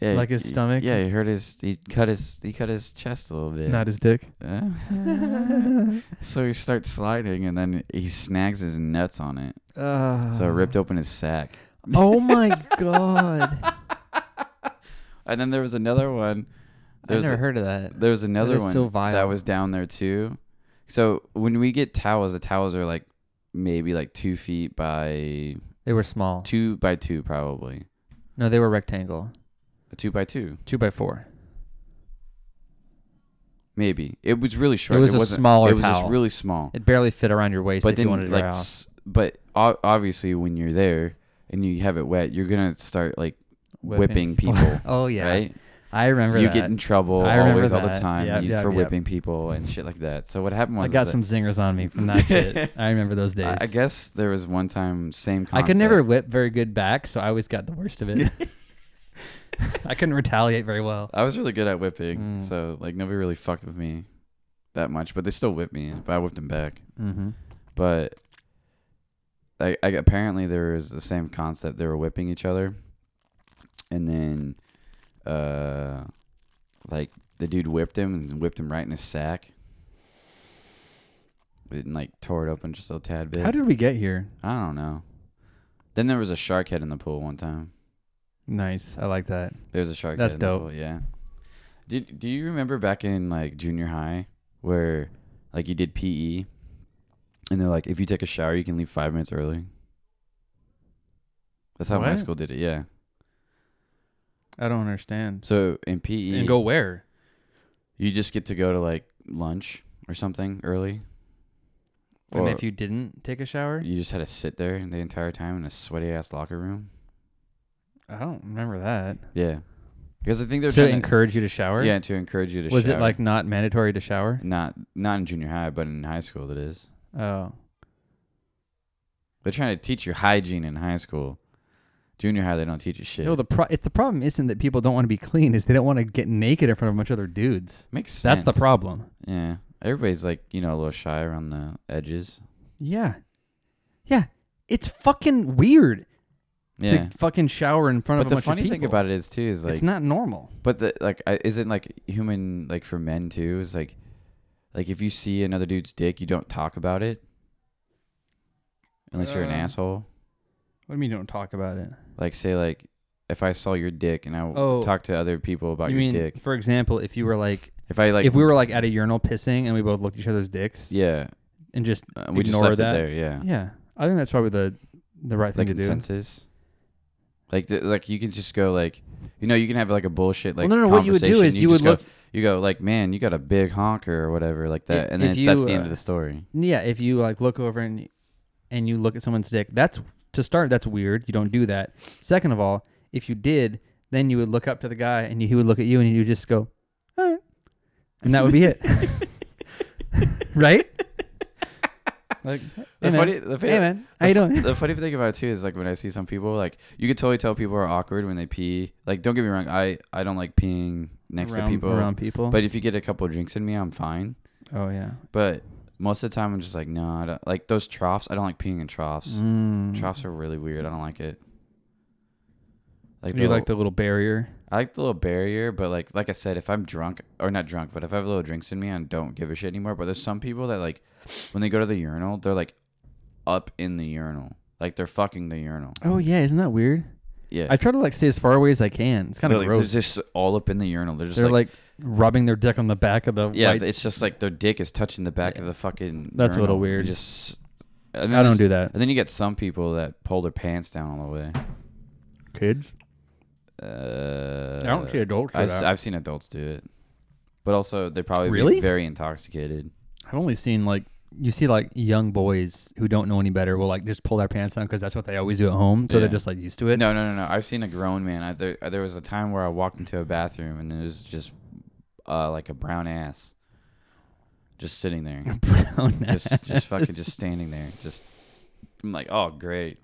S2: Yeah,
S1: Like his
S2: y-
S1: stomach?
S2: Yeah, he hurt his. He cut his. He cut his chest a little bit.
S1: Not his dick.
S2: Uh,
S1: Uh.
S2: so he starts sliding and then he snags his nuts on it. So it ripped open his sack.
S1: Oh my god!
S2: And then there was another one. There was a-
S1: heard of that.
S2: There was another
S1: is
S2: one
S1: so vile.
S2: that was down there too. So when we get towels, the towels are like maybe like two feet by
S1: They were small.
S2: two by two, probably
S1: No, they were rectangle,
S2: a two by two,
S1: two by four.
S2: maybe. It was really short.
S1: It was a
S2: wasn't-
S1: smaller
S2: It was just
S1: towel.
S2: really small.
S1: It barely fit around your waist
S2: but
S1: if
S2: then,
S1: you wanted to
S2: like,
S1: dry off.
S2: s- but o- obviously, when you're there and you have it wet, you're gonna start like whipping, people,
S1: oh yeah,
S2: right?
S1: I remember
S2: you
S1: that.
S2: get in trouble
S1: I remember
S2: always all the
S1: that.
S2: time
S1: Yep,
S2: you-
S1: yep,
S2: for
S1: yep.
S2: whipping people and shit like that. So what happened
S1: I
S2: was
S1: got
S2: is
S1: some zingers on me from that shit. I remember those
S2: that-
S1: days.
S2: I, I guess there was one time same.
S1: I
S2: Concept.
S1: could never whip very good back, so I always got the worst of it. I couldn't retaliate very well.
S2: I was really good at whipping,
S1: Mm.
S2: so like nobody really fucked with me that much. But they still whipped me, but I whipped them back.
S1: Mm-hmm.
S2: But I, I apparently there was the same concept. They were whipping each other, and then, uh, like the dude whipped him and whipped him right in his sack. And like tore it open just a tad bit.
S1: How did we get here?
S2: I don't know. Then there was a shark head in the pool one time.
S1: Nice, I like that.
S2: There's a shark.
S1: That's
S2: head in the
S1: dope.
S2: pool, yeah. Did do you remember back in like junior high where like you did PE, and they're like, if you take a shower, you can leave five minutes early. That's how my
S1: What?
S2: school did it. Yeah.
S1: I don't understand.
S2: So in PE,
S1: And go where?
S2: you just get to go to like lunch or something early.
S1: and
S2: Or
S1: if you didn't take a shower,
S2: you just had to sit there the entire time in a sweaty ass locker room.
S1: I don't remember that.
S2: Yeah. because I think they're
S1: to
S2: trying
S1: encourage you to shower.
S2: to, yeah to encourage you to
S1: Was it
S2: shower.
S1: like not mandatory to shower?
S2: not not in junior high but in high school it is
S1: Oh,
S2: they're trying to teach you hygiene in high school junior high they don't teach you shit
S1: no. The pro- it's the problem isn't that people don't want to be clean; is they don't want to get naked in front of a bunch of other dudes.
S2: makes sense
S1: That's the problem.
S2: yeah everybody's like you know a little shy around the edges
S1: Yeah, yeah. It's fucking weird
S2: yeah
S1: to fucking shower in front of
S2: but
S1: a
S2: the
S1: bunch
S2: funny
S1: of people.
S2: thing about it is too is like
S1: it's not normal.
S2: But the like, I- isn't like human like for men too? Is like, like if you see another dude's dick, you don't talk about it, unless you're an
S1: Uh.
S2: asshole.
S1: What do you mean? Don't talk about it.
S2: Like say like, if I saw your dick and I w-
S1: Oh.
S2: talked to other people about
S1: you mean,
S2: your dick,
S1: for example, if you were like,
S2: if I like,
S1: if we were like at a urinal pissing and we both looked at each other's dicks
S2: yeah,
S1: and just
S2: uh, we just
S1: Ignore
S2: left
S1: that.
S2: it there, yeah,
S1: yeah, I think that's probably the the right thing
S2: like
S1: to do.
S2: consensus. Like th- like you can just go like, you know, you can have like a bullshit like
S1: well, no, no. What you would do
S2: conversation.
S1: is you, would
S2: just go-
S1: look.
S2: you go like, man, you got a big honker or whatever like that,
S1: I-
S2: and then
S1: if
S2: it's- that's
S1: you,
S2: the end
S1: uh,
S2: of the story.
S1: Yeah, if you like look over and and you look at someone's dick, that's to start. That's weird. You don't do that. Second of all, if you did, then you would look up to the guy and he would look at you and you would just go, all right, and that would be it, right? Like,
S2: The
S1: hey man,
S2: funny- the
S1: hey
S2: funny-
S1: man, how you
S2: The fu-
S1: doing?
S2: the funny thing about it too is like when I see some people, like you could totally tell people are awkward when they pee. Like, don't get me wrong, I I don't like peeing next
S1: around,
S2: to people.
S1: around people.
S2: But if you get a couple drinks in me, I'm fine.
S1: oh yeah,
S2: But most of the time, I'm just like, no, I don't, like those troughs. I don't like peeing in troughs.
S1: Mm. Mm-hmm.
S2: Troughs are really weird. I don't like it. Like
S1: you like
S2: little-
S1: the little barrier.
S2: I like the little barrier, but like like I said, if I'm drunk or not drunk, but if I have little drinks in me, I don't give a shit anymore. But there's some people that like when they go to the urinal, they're like up in the urinal, like they're fucking the urinal.
S1: Oh yeah, isn't that weird?
S2: Yeah,
S1: I try to like stay as far away as I can. It's kind
S2: they're,
S1: of
S2: like,
S1: gross.
S2: They're just all up in the urinal. They're just
S1: They're
S2: like,
S1: like, rubbing their dick on the back of the
S2: yeah,
S1: white-
S2: it's just like their dick is touching the back of the fucking.
S1: That's a little
S2: urinal.
S1: weird.
S2: You just and
S1: I don't do that.
S2: And then you get some people that pull their pants down all the way.
S1: Kids,
S2: Uh,
S1: I don't see adults do
S2: I,
S1: that.
S2: have seen adults do it, but also they probably
S1: Really?
S2: be very intoxicated.
S1: I've only seen like you see like young boys who don't know any better will like just pull their pants down because that's what they always do at home, so they're
S2: Yeah.
S1: just like used to it.
S2: No, no, no, no. I've seen a grown man. I, there, there was a time where I walked into a bathroom and there was just uh, like a brown ass just sitting there,
S1: Brown
S2: just
S1: ass.
S2: just fucking just standing there. Just I'm like, oh great.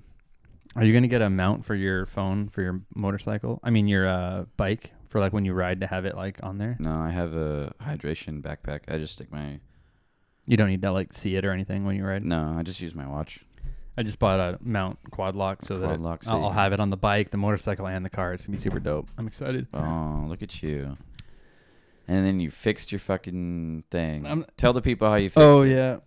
S1: Are you gonna get a mount for your phone for your motorcycle? I mean your uh, bike for like when you ride to have it like on there.
S2: No, I have a hydration backpack. I just stick my
S1: You don't need to like see it or anything when you ride.
S2: no. I just use my watch.
S1: I just bought a mount quad lock so that
S2: Quad
S1: it-
S2: lock, so
S1: I'll,
S2: you
S1: I'll
S2: can-
S1: have it on the bike, the motorcycle, and the car. It's gonna be super dope. I'm excited.
S2: Oh, look at you. And then you fixed your fucking thing.
S1: I'm-
S2: Tell the people how you fixed
S1: Oh
S2: it.
S1: yeah,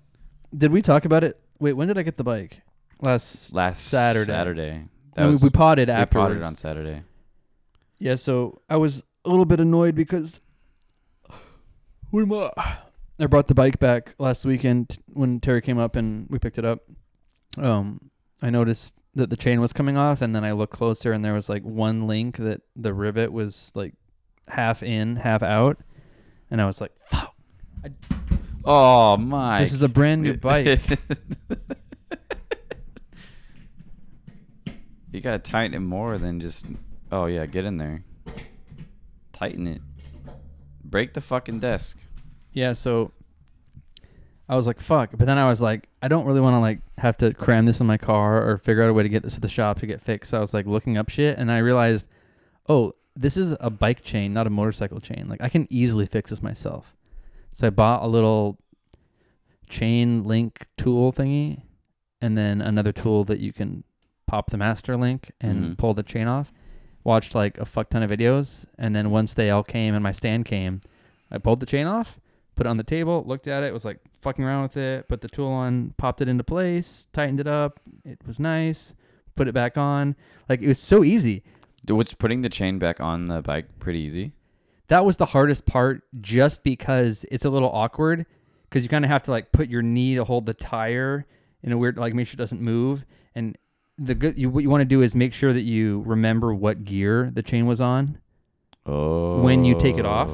S1: did we talk about it? Wait, when did I get the bike? Last
S2: Last
S1: Saturday.
S2: Saturday.
S1: No,
S2: That
S1: we-
S2: was,
S1: we potted
S2: we
S1: afterwards.
S2: potted on Saturday.
S1: Yeah, so I was a little bit annoyed because we mu- I brought the bike back last weekend when Terry came up and we picked it up. Um, I noticed that the chain was coming off, and then I looked closer, and there was like one link that the rivet was like half in, half out, and I was like, "Fuck!
S2: Oh my!
S1: This is a brand new bike."
S2: you gotta tighten it more than just. Oh yeah, get in there. Tighten it. Break the fucking desk.
S1: Yeah, so I was like, fuck. But then I was like, I don't really want to like have to cram this in my car or figure out a way to get this to the shop to get fixed. So I was like looking up shit and I realized, oh, this is a bike chain, not a motorcycle chain. Like I can easily fix this myself. So I bought a little chain link tool thingy and then another tool that you can pop the master link and
S2: Mhm.
S1: pull the chain off. Watched like a fuck ton of videos and then once they all came and my stand came, I pulled the chain off, put it on the table, looked at it, was like fucking around with it, put the tool on, popped it into place, tightened it up. It was nice. Put it back on. Like it was so easy.
S2: Dude, What's putting the chain back on the bike? Pretty easy.
S1: That was the hardest part just because it's a little awkward because you kind of have to like put your knee to hold the tire in a weird like make sure it doesn't move and the good you what you want to do is make sure that you remember what gear the chain was on.
S2: Oh.
S1: When you take it off?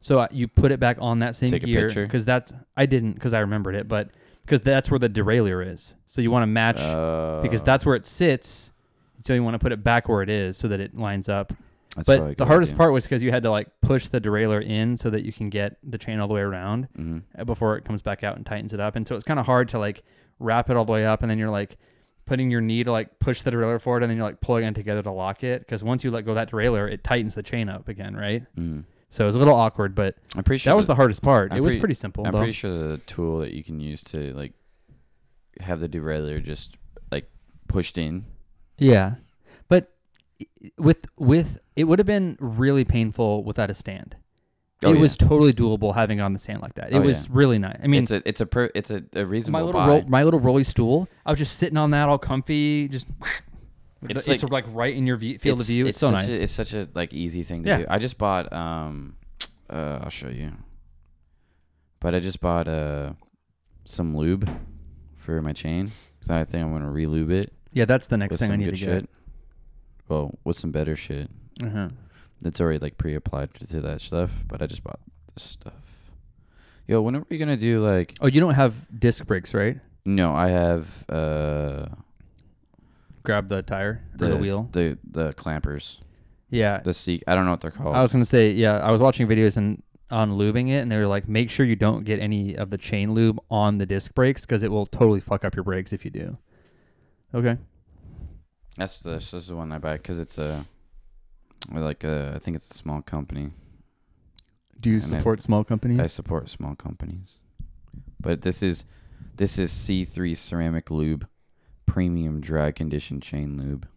S1: So uh, you put it back on that same
S2: Take a
S1: gear
S2: picture?
S1: because that's I didn't because I remembered it, but because that's where the derailleur is. So you want to match
S2: Uh,
S1: because that's where it sits. So you want to put it back where it is so that it lines up.
S2: Oh, That's probably a
S1: but the
S2: good
S1: hardest
S2: idea.
S1: part was because you had to like push the derailleur in so that you can get the chain all the way around
S2: Mhm.
S1: uh, before it comes back out and tightens it up. And so it's kind of hard to like wrap it all the way up, and then you're like putting your knee to like push the derailleur forward, and then you're like pulling it together to lock it. Because once you let go of that derailleur, it tightens the chain up again, right?
S2: Mhm.
S1: So it was a little awkward, but
S2: I'm pretty sure
S1: that was the hardest part.
S2: I'm
S1: it was
S2: pretty-
S1: pretty simple.
S2: I'm
S1: though.
S2: pretty sure the tool that you can use to like have the derailleur just like pushed in.
S1: Yeah, but i- with with it would have been really painful without a stand.
S2: Oh,
S1: it
S2: yeah.
S1: was totally doable having it on the stand like that. It
S2: Oh,
S1: was
S2: yeah.
S1: really nice. I mean,
S2: it's a it's a per, it's a, a reasonable
S1: my little
S2: buy.
S1: ro- my little rolly stool. I was just sitting on that, all comfy, just. It's,
S2: It's
S1: it's like, right in your view, field of
S2: It's-
S1: view. It's, so
S2: such
S1: nice.
S2: A, it's such a like easy thing to
S1: Yeah.
S2: do. I just bought um, uh, I'll show you. But I just bought uh, some lube for my chain. 'cause I think I'm gonna relube it
S1: yeah, that's the next
S2: with
S1: thing
S2: some
S1: I need
S2: good
S1: to
S2: shit. Well, with some better shit.
S1: get. Uh-huh.
S2: It's already like pre-applied to, to that stuff, but I just bought this stuff. Yo, when are we gonna do like?
S1: Oh, you don't have disc brakes, right?
S2: No, I have uh
S1: Grab the tire
S2: the
S1: or the wheel.
S2: the the clampers,
S1: Yeah,
S2: the seat. I don't know what they're called.
S1: I was gonna say yeah. I was watching videos and on lubing it, and they were like, make sure you don't get any of the chain lube on the disc brakes because it will totally fuck up your brakes if you do. Okay.
S2: That's the this is the one I buy because it's a like a I think it's a small company.
S1: Do you
S2: And I-
S1: support small companies?
S2: I support small companies, but this is this is C three ceramic lube, premium dry condition chain lube.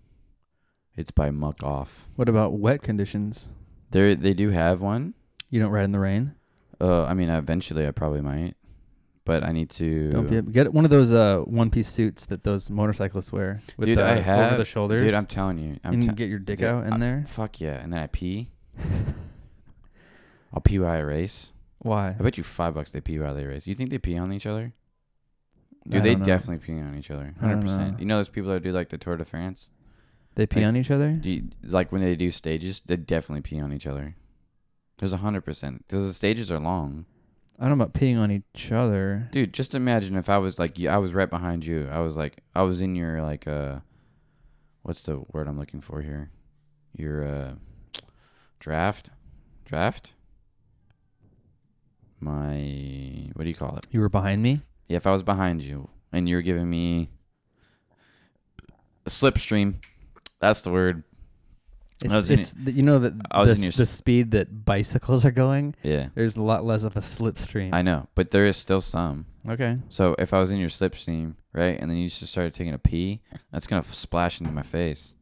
S2: It's by Muck Off.
S1: what about wet conditions?
S2: They they do have one.
S1: You don't ride in the rain.
S2: Uh, I mean, eventually I probably might, but I need to.
S1: Don't be, get one of those uh, one-piece suits that those motorcyclists wear with
S2: Dude,
S1: the
S2: I have-
S1: over the shoulders.
S2: Dude, I'm telling you, I'm
S1: you
S2: te-
S1: can get your dick
S2: dude,
S1: out in
S2: I-
S1: there.
S2: fuck yeah, and then I pee. I'll pee while I race.
S1: Why?
S2: I bet you five bucks they pee while they race. You think they pee on each other?
S1: I
S2: Dude, they
S1: don't know.
S2: definitely pee on each other.
S1: I don't
S2: Hundred percent.
S1: know.
S2: You know those people that do like the Tour de France.
S1: they pee
S2: like,
S1: on each other.
S2: Do you, like when they do stages, they definitely pee on each other. There's hundred percent because the stages are long.
S1: I don't know about peeing on each other.
S2: Dude, just imagine if I was like you, I was right behind you. I was like I was in your like uh, what's the word I'm looking for here? Your uh, draft, draft. My what do you call it?
S1: You were behind me.
S2: Yeah, if I was behind you and you were giving me a slipstream, that's the word. I
S1: It's,
S2: was in
S1: it's the, you know that
S2: I was
S1: the,
S2: in your
S1: the
S2: s-
S1: speed that bicycles are going.
S2: Yeah,
S1: There's a lot less of a slipstream.
S2: I know, but there is still some.
S1: okay.
S2: So if I was in your slipstream, right, and then you just started taking a pee, that's gonna f- splash into my face.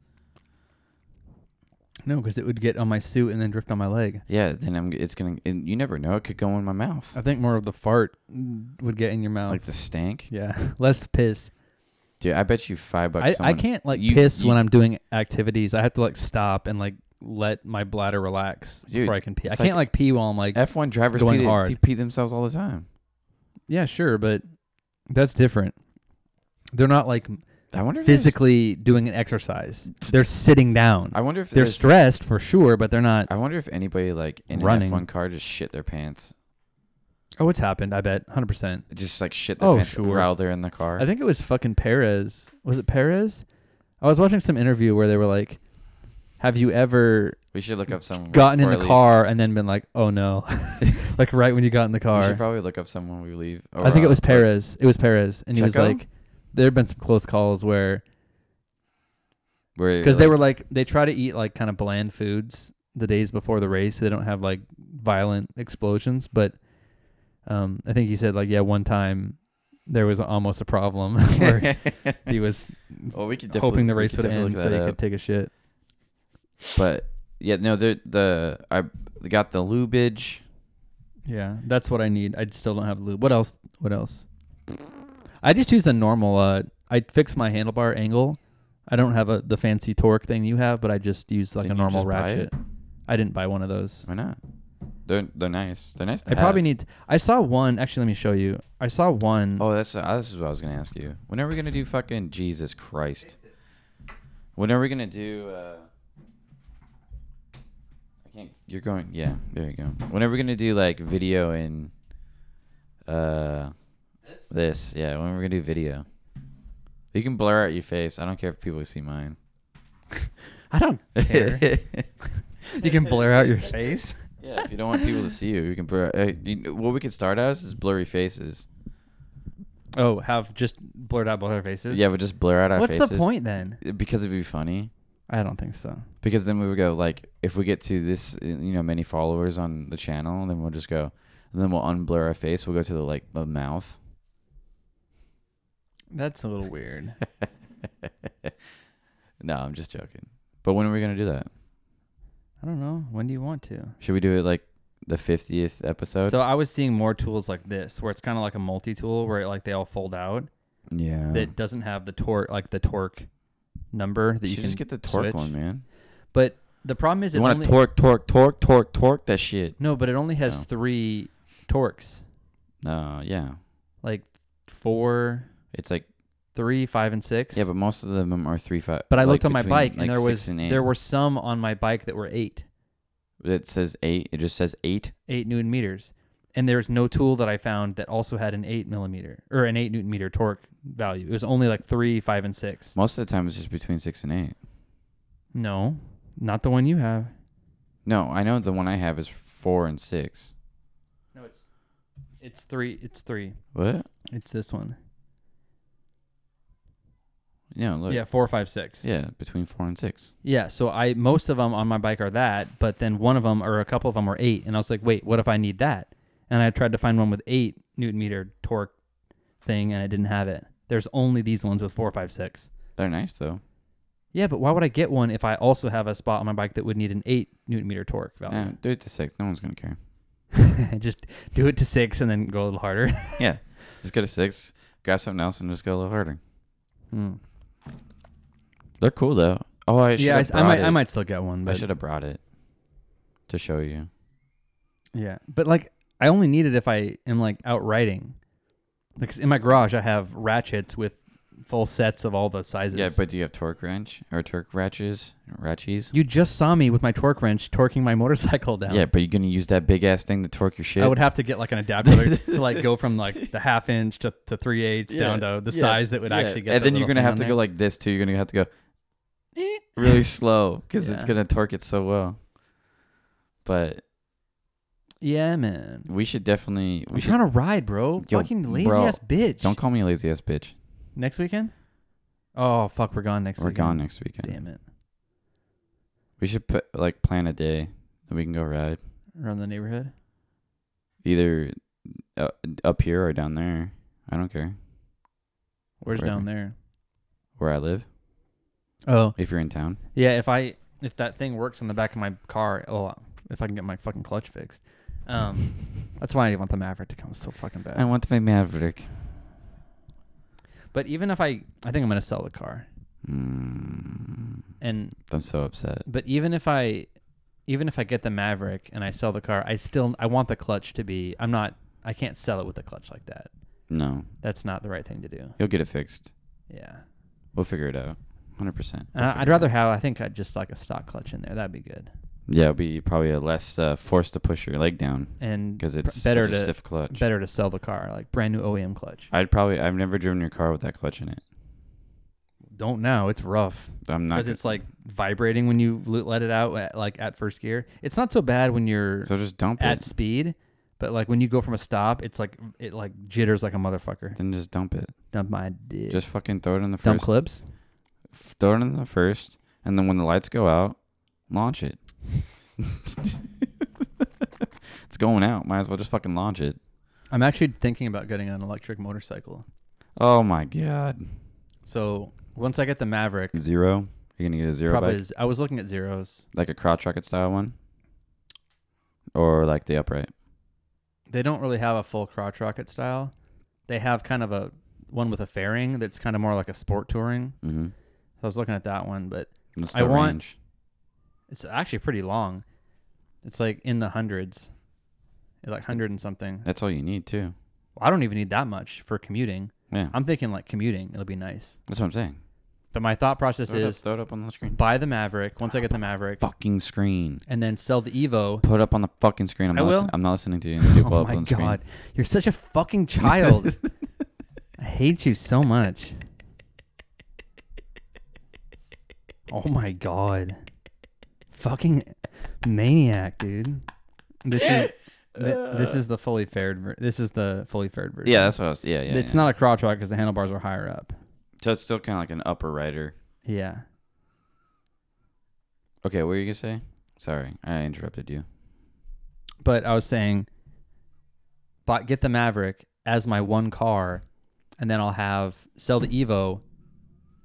S1: No, because it would get on my suit and then drift on my leg.
S2: Yeah, then I'm. It's gonna. And you never know. It could go in my mouth,
S1: I think more of the fart mm, would get in your mouth.
S2: like the stank.
S1: yeah, less piss.
S2: Dude, I bet you five bucks.
S1: I, I
S2: someone-
S1: can't like
S2: you-
S1: piss
S2: you-
S1: when I'm doing activities. I have to like stop and like let my bladder relax
S2: Dude,
S1: before I can pee. I
S2: it's
S1: can't
S2: like-
S1: like pee while I'm like
S2: F1 drivers
S1: going
S2: pee, they-
S1: hard.
S2: They pee themselves all the time.
S1: yeah, sure, but that's different. They're not like
S2: I wonder if there's-
S1: physically doing an exercise. They're sitting down.
S2: I wonder if
S1: They're
S2: there's-
S1: stressed for sure, but they're not.
S2: I wonder if anybody like in
S1: Running.
S2: an F1 car just shit their pants.
S1: Oh, it's happened. I bet, hundred percent.
S2: just like shit their
S1: Oh,
S2: pants
S1: sure.
S2: while they're in the car.
S1: I think it was fucking Perez. Was it Perez? I was watching some interview where they were like, "Have you ever
S2: we should look up someone.
S1: gotten in
S2: before
S1: the
S2: I leave.
S1: car and then been like, oh no, like right when you got in the
S2: We
S1: car?"
S2: should probably look up someone when we leave.
S1: I think it
S2: Or,
S1: was
S2: uh,
S1: Perez. It was Perez, and he was
S2: Checo?
S1: like, "There have been some close calls where
S2: where-
S1: because
S2: like,
S1: they were like they try to eat like kind of bland foods the days before the race, so they don't have like violent explosions." But um, I think he said like, "Yeah, one time there was almost a problem where he was
S2: well, we could definitely,
S1: hoping the
S2: we
S1: race
S2: could
S1: would
S2: definitely
S1: end
S2: look
S1: so he
S2: that
S1: could
S2: up.
S1: take a shit."
S2: But yeah, no, the the I got the lubage.
S1: Yeah, that's what I need. I still don't have lube. What else? What else? I just use a normal. Uh, I fix my handlebar angle. I don't have a the fancy torque thing you have, but I just use like
S2: Didn't
S1: a
S2: you
S1: normal
S2: just buy
S1: ratchet. I didn't buy one of those.
S2: Why not? They're they're nice. They're nice. To
S1: I probably
S2: have.
S1: need. I saw one. Actually, let me show you. I saw one.
S2: Oh, that's uh, this is what I was gonna ask you. When are we gonna do fucking Jesus Christ? When are we gonna do? Uh, I can't. You're going. Yeah, there you go. When are we gonna do like video and uh this? Yeah, when are we gonna do video? You can blur out your face. I don't care if people see mine.
S1: I don't care. you can blur out your face.
S2: Yeah, if you don't want people to see you, you can blur. Uh, you, what we could start as is blurry faces.
S1: Oh, have just blurred out both our faces.
S2: Yeah, but just blur out our
S1: What's
S2: faces.
S1: the point then?
S2: Because it'd be funny.
S1: I don't think so.
S2: Because then we would go like, if we get to this, uh, you know, many followers on the channel, then we'll just go, and then we'll unblur our face. We'll go to the like the mouth.
S1: That's a little weird.
S2: No, I'm just joking. But when are we gonna do that?
S1: I don't know. When do you want to?
S2: Should we do it like the fiftieth episode?
S1: So I was seeing more tools like this, where it's kind of like a multi-tool, where like they all fold out.
S2: yeah.
S1: That doesn't have the torque, like the torque number that
S2: you
S1: you
S2: should
S1: can
S2: just get the torque
S1: switch.
S2: one, man.
S1: But the problem is, it
S2: You want
S1: only
S2: to torque, torque, torque, torque, torque that shit.
S1: no, but it only has
S2: No.
S1: three torques,
S2: No, yeah.
S1: like four,
S2: It's like
S1: three, five, and six.
S2: yeah, but most of them are three five.
S1: But I
S2: like,
S1: looked on my
S2: between,
S1: bike
S2: like,
S1: and there
S2: six
S1: was
S2: and eight.
S1: there were some on my bike that were eight,
S2: It says eight. It just says eight.
S1: eight newton meters, and there's no tool that I found that also had an eight millimeter or an eight newton meter torque value. It was only like three, five, and six.
S2: Most of the time, it's just between six and eight.
S1: No, not the one you have.
S2: No, I know the one I have is four and six.
S1: No, it's it's three. It's three.
S2: What?
S1: It's this one.
S2: Yeah, look.
S1: Yeah, four, five, six.
S2: Yeah, between four and six.
S1: Yeah, so I most of them on my bike are that, but then one of them or a couple of them are eight, and I was like, wait, what if I need that? And I tried to find one with eight newton meter torque thing, and I didn't have it. There's only these ones with four, five, six.
S2: They're nice though.
S1: Yeah, but why would I get one if I also have a spot on my bike that would need an eight newton meter torque
S2: Yeah,
S1: value?
S2: do it to six. No one's gonna care.
S1: just do it to six and then go a little harder.
S2: yeah, just go to six. Grab something else and just go a little harder.
S1: Hmm.
S2: They're cool though. Oh, I should
S1: Yeah, I,
S2: have
S1: s- I might,
S2: it.
S1: I might still get one,
S2: I
S1: but
S2: should have brought it to show you.
S1: Yeah, but like I only need it if I am like out riding. Like 'cause in my garage, I have ratchets with full sets of all the sizes.
S2: Yeah, but do you have torque wrench or torque ratchets? Ratchets?
S1: you just saw me with my torque wrench torquing my motorcycle down.
S2: Yeah, but you're gonna use that big ass thing to torque your shit.
S1: I would have to get like an adapter to like go from like the half inch to, to three eighths down to the size that would actually get.
S2: And
S1: the
S2: then you're
S1: little
S2: gonna
S1: thing
S2: have
S1: on
S2: to
S1: there.
S2: go like this too. You're gonna have to go
S1: Eh.
S2: really slow because it's
S1: Yeah.
S2: gonna torque it so well. But
S1: yeah, man.
S2: we should definitely. We
S1: I'm
S2: should,
S1: trying to ride, bro.
S2: Mm-hmm. Yo,
S1: Fucking lazy
S2: bro,
S1: ass bitch.
S2: don't call me a lazy ass bitch.
S1: next weekend. Oh fuck, we're gone next
S2: We're
S1: weekend.
S2: gone next weekend.
S1: Damn it.
S2: We should put like plan a day that we can go ride
S1: Around the neighborhood.
S2: either uh, up here or down there. I don't care
S1: Where's
S2: Wherever.
S1: down there?
S2: where I live.
S1: Oh,
S2: If you're in town,
S1: Yeah, if I if that thing works on the back of my car, well, if I can get my fucking clutch fixed, um, that's why I want the Maverick to come so fucking bad.
S2: I want to be Maverick.
S1: but even if I, I think I'm gonna sell the car,
S2: Mm,
S1: and
S2: I'm so upset.
S1: but even if I, even if I get the Maverick and I sell the car, I still I want the clutch to be. I'm not. I can't sell it with the clutch like that.
S2: No,
S1: That's not the right thing to do.
S2: you'll get it fixed.
S1: Yeah,
S2: We'll figure it out. Hundred percent.
S1: and I, Uh, I'd rather have. I think I'd just like a stock clutch in there. That'd be good.
S2: Yeah, it'll be probably a less uh, force to push your leg down
S1: And
S2: because
S1: pr-
S2: it's
S1: better
S2: such a
S1: to
S2: stiff clutch.
S1: better to sell the car like brand new OEM clutch.
S2: I'd probably I've never driven your car with that clutch in it.
S1: Don't now. It's rough.
S2: I'm not.
S1: because it's like vibrating when you lo- let it out at, like at first gear. It's not so bad when you're
S2: so just dump
S1: at
S2: it.
S1: speed, but like when you go from a stop, it's like it like jitters like a motherfucker.
S2: Then just dump it.
S1: Dump my dick.
S2: Just fucking throw it in the
S1: dump
S2: first.
S1: clips.
S2: f- Throw it in the first, and then when the lights go out, launch it. it's going out. Might as well just fucking launch it.
S1: I'm actually thinking about getting an electric motorcycle.
S2: Oh my god.
S1: So once I get the Maverick,
S2: Zero. You're gonna get a zero
S1: probably
S2: bike?
S1: is, I was looking at zeros.
S2: like a crotch rocket style one, or like the upright.
S1: They don't really have a full crotch rocket style. They have kind of a one with a fairing that's kind of more like a sport touring.
S2: Mm-hmm.
S1: So I was looking at that one, but
S2: What's
S1: I
S2: the
S1: want-
S2: range?
S1: It's actually pretty long. It's like in the hundreds, like hundred and something.
S2: That's all you need too.
S1: I don't even need that much for commuting.
S2: Yeah,
S1: I'm thinking like commuting, it'll be nice.
S2: that's what I'm saying.
S1: But my thought process
S2: Throw it, up,
S1: is
S2: throw it up on the screen.
S1: buy the Maverick once I get the Maverick,
S2: Fucking screen.
S1: and then sell the Evo.
S2: Put up on the fucking screen. I'm
S1: I
S2: not
S1: will.
S2: Listen, I'm not listening to you. You blow
S1: Oh
S2: up
S1: my
S2: on the screen.
S1: god, you're such a fucking child. I hate you so much. Oh my god. fucking maniac, dude. This is th- this is the fully fared. Ver- this is the fully fared version.
S2: Yeah, that's what I was. Yeah, yeah.
S1: it's
S2: yeah.
S1: not a crotch rock because the handlebars are higher up.
S2: So it's still kind of like an upper rider.
S1: Yeah.
S2: Okay, what were you gonna say? Sorry, I interrupted you.
S1: but I was saying, but get the Maverick as my one car, and then I'll have sell the Evo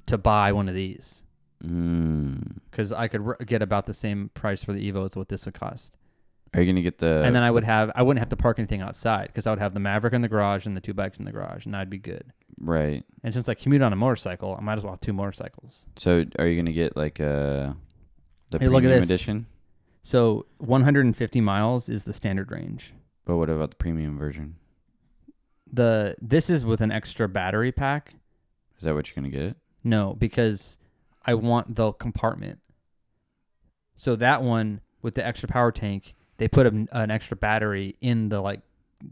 S1: to buy one of these
S2: Mm.
S1: because I could r- get about the same price for the Evo as what this would cost,
S2: Are you gonna get the?
S1: and then I would have I wouldn't have to park anything outside because I would have the Maverick in the garage and the two bikes in the garage, and I'd be good.
S2: right.
S1: And since I commute on a motorcycle, I might as well have two motorcycles.
S2: So are you gonna get like uh the
S1: Hey,
S2: premium
S1: look at this.
S2: edition?
S1: So 150 miles is the standard range.
S2: But what about the premium version?
S1: The this is with an extra battery pack.
S2: Is that what you're gonna get?
S1: No, because I want the compartment. So that one with the extra power tank, they put a, an extra battery in the like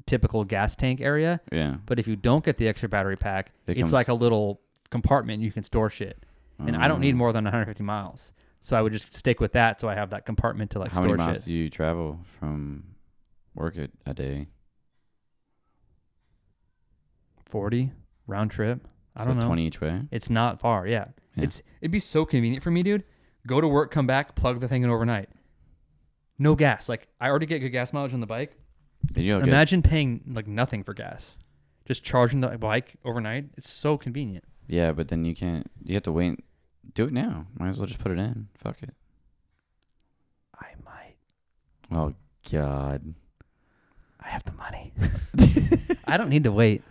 S1: typical gas tank area.
S2: Yeah.
S1: But if you don't get the extra battery pack,
S2: It
S1: it's
S2: comes-
S1: like a little compartment you can store shit. And I
S2: Um,
S1: don't need
S2: Mm.
S1: more than 150 miles, so I would just stick with that. So I have that compartment to like
S2: How many
S1: store
S2: miles
S1: shit.
S2: do you travel from work a, a day?
S1: 40 round trip. I
S2: So
S1: don't know.
S2: Twenty each way.
S1: It's not far. Yeah.
S2: Yeah.
S1: It's it'd be so convenient for me, dude. Go to work, come back, plug the thing in overnight. No gas. Like I already get good gas mileage on the bike.
S2: Did you okay?
S1: Imagine paying like nothing for gas. Just charging the bike overnight. It's so convenient.
S2: Yeah, but then you can't. You have to wait. Do it now. Might as well just put it in. Fuck it.
S1: I might.
S2: Oh God.
S1: I have the money. I don't need to wait.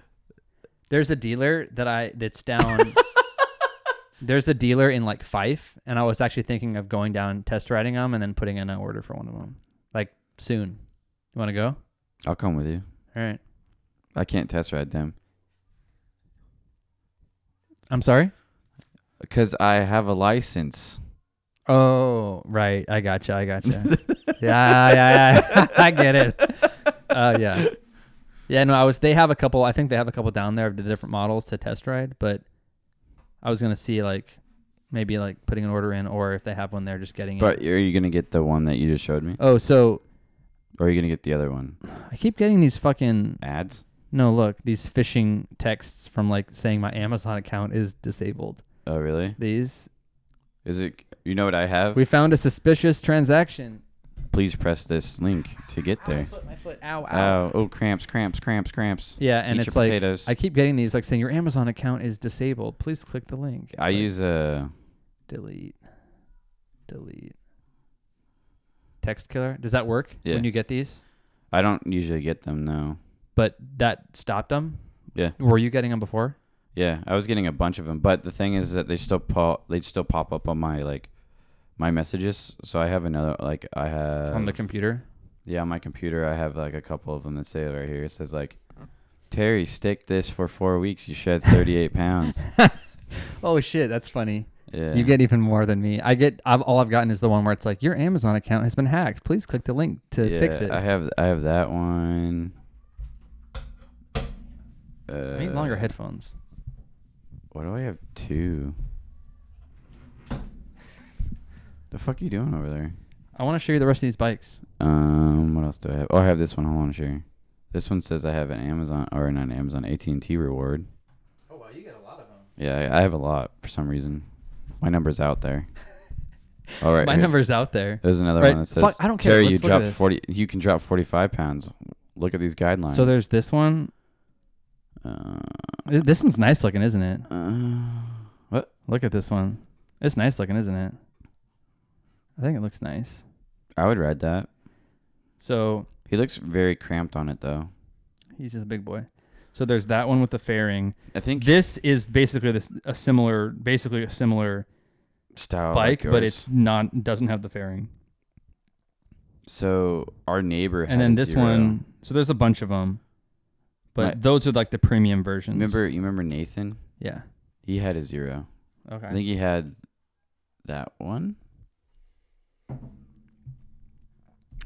S1: There's a dealer that I that's down There's a dealer in like Fife, and I was actually thinking of going down test riding them and then putting in an order for one of them, like soon. You want to go?
S2: I'll come with you.
S1: All right.
S2: I can't test ride them
S1: I'm sorry.
S2: because I have a license.
S1: Oh, right. I gotcha. I gotcha. yeah, yeah, yeah. I get it. Uh, yeah, yeah. No, I was. They have a couple. I think they have a couple down there of the different models to test ride. But I was gonna see like maybe like putting an order in, or if they have one there, just getting it.
S2: But are you gonna get the one that you just showed me,
S1: Oh, so
S2: or are you gonna get the other one?
S1: I keep getting these fucking
S2: Ads.
S1: no look these phishing texts from like saying my Amazon account is disabled.
S2: Oh really?
S1: These
S2: Is it? You know what I have?
S1: we found a suspicious transaction.
S2: Please press this link to get
S1: Ow, my
S2: there.
S1: foot, my foot. Ow, ow.
S2: Oh, oh, cramps, cramps, cramps, cramps.
S1: Yeah, and
S2: Eat
S1: it's
S2: your
S1: like
S2: potatoes.
S1: I keep getting these like saying your Amazon account is disabled. Please click the link. It's
S2: I
S1: like,
S2: use a.
S1: delete, delete. Text killer. Does that work
S2: Yeah.
S1: when you get these?
S2: I don't usually get them. No.
S1: But that stopped them.
S2: Yeah.
S1: Were you getting them before?
S2: Yeah, I was getting a bunch of them, but the thing is that they still pop. They still pop up on my like my messages. So I have another like I have
S1: On the computer.
S2: yeah on my computer. I have like a couple of them that say right here. It says like Terry, stick this for four weeks. You shed thirty eight pounds.
S1: Oh shit, that's funny.
S2: Yeah.
S1: You get even more than me. I get. I've, all I've gotten is the one where it's like your Amazon account has been hacked. Please click the link to
S2: yeah,
S1: fix it.
S2: I have I have that one. Uh,
S1: I need longer headphones.
S2: What do I have two? The fuck you doing over there?
S1: I want to show you the rest of these bikes.
S2: Um, what else do I have? Oh, I have this one. Hold on, sure. This one says I have an Amazon or not an Amazon AT and T reward.
S1: Oh wow, you get a lot of them.
S2: Yeah, I, I have a lot for some reason. My number's out there. All right,
S1: My
S2: here.
S1: number's out there.
S2: There's another
S1: Right,
S2: one that says,
S1: fuck, I don't care.
S2: Terry,
S1: Let's
S2: you
S1: look at
S2: dropped
S1: this.
S2: forty. You can drop forty-five pounds. Look at these guidelines.
S1: So there's this one.
S2: Uh,
S1: Th- This one's nice looking, isn't it?
S2: uh,
S1: Look at this one. It's nice looking, isn't it? I think it looks nice.
S2: I would ride that.
S1: So
S2: He looks very cramped on it though.
S1: he's just a big boy. So there's that one with the fairing.
S2: I think
S1: This is basically this a similar, basically a similar
S2: style like
S1: bike, but
S2: yours.
S1: it's not doesn't have the fairing.
S2: so our neighbor.
S1: and then
S2: has
S1: this
S2: zero.
S1: one. So there's a bunch of them, but
S2: Right.
S1: those are like the premium versions.
S2: Remember, you remember Nathan?
S1: Yeah.
S2: He had a zero.
S1: Okay.
S2: I think he had that one.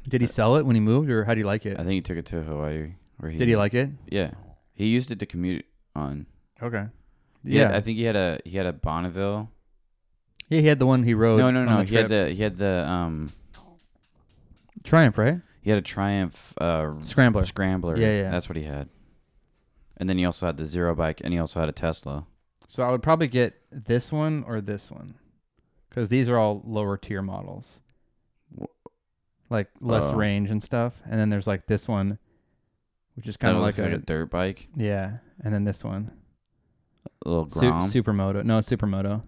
S1: Did he sell it when he moved, or how do you like it?
S2: I think he took it to Hawaii. Where he
S1: Did he like it?
S2: Yeah, he used it to commute on.
S1: Okay.
S2: Yeah,
S1: Yeah.
S2: I think he had a he had a Bonneville.
S1: Yeah, he had the one he rode.
S2: no, no,
S1: Oh, on
S2: no.
S1: the
S2: He had
S1: trip.
S2: the he had the um
S1: Triumph, right?
S2: He had a Triumph uh,
S1: Scrambler.
S2: Scrambler.
S1: Yeah, yeah.
S2: That's what he had. And then he also had the Zero bike, and he also had a Tesla.
S1: So I would probably get this one or this one, because these are all lower tier models,
S2: Wh-
S1: like less
S2: Oh.
S1: range and stuff. And then there's like this one, which is kind
S2: That
S1: of like
S2: looks
S1: a,
S2: like a dirt bike,
S1: yeah. And then this one,
S2: a little
S1: Su-
S2: Grom.
S1: supermoto. No, it's supermoto,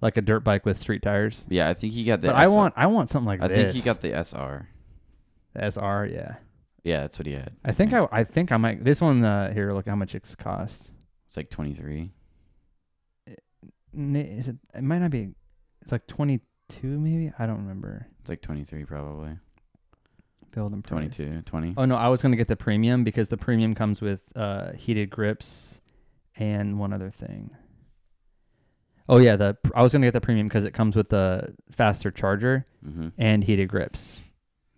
S1: like a dirt bike with street tires.
S2: yeah, I think he got the.
S1: But I
S2: SR
S1: want I want something like
S2: I
S1: this.
S2: think he got the SR.
S1: the SR. Yeah,
S2: Yeah, that's what he had.
S1: I think I I think I might this one uh, here. Look how much it's cost.
S2: It's like twenty three.
S1: N- Is it? It might not be. It's like twenty two maybe. I don't remember.
S2: It's like twenty three probably.
S1: Build and price.
S2: 22, 20.
S1: Oh no, I was gonna get the premium because the premium comes with uh, heated grips and one other thing. Oh yeah, the I was gonna get the premium because it comes with the faster charger
S2: hmm
S1: and heated grips.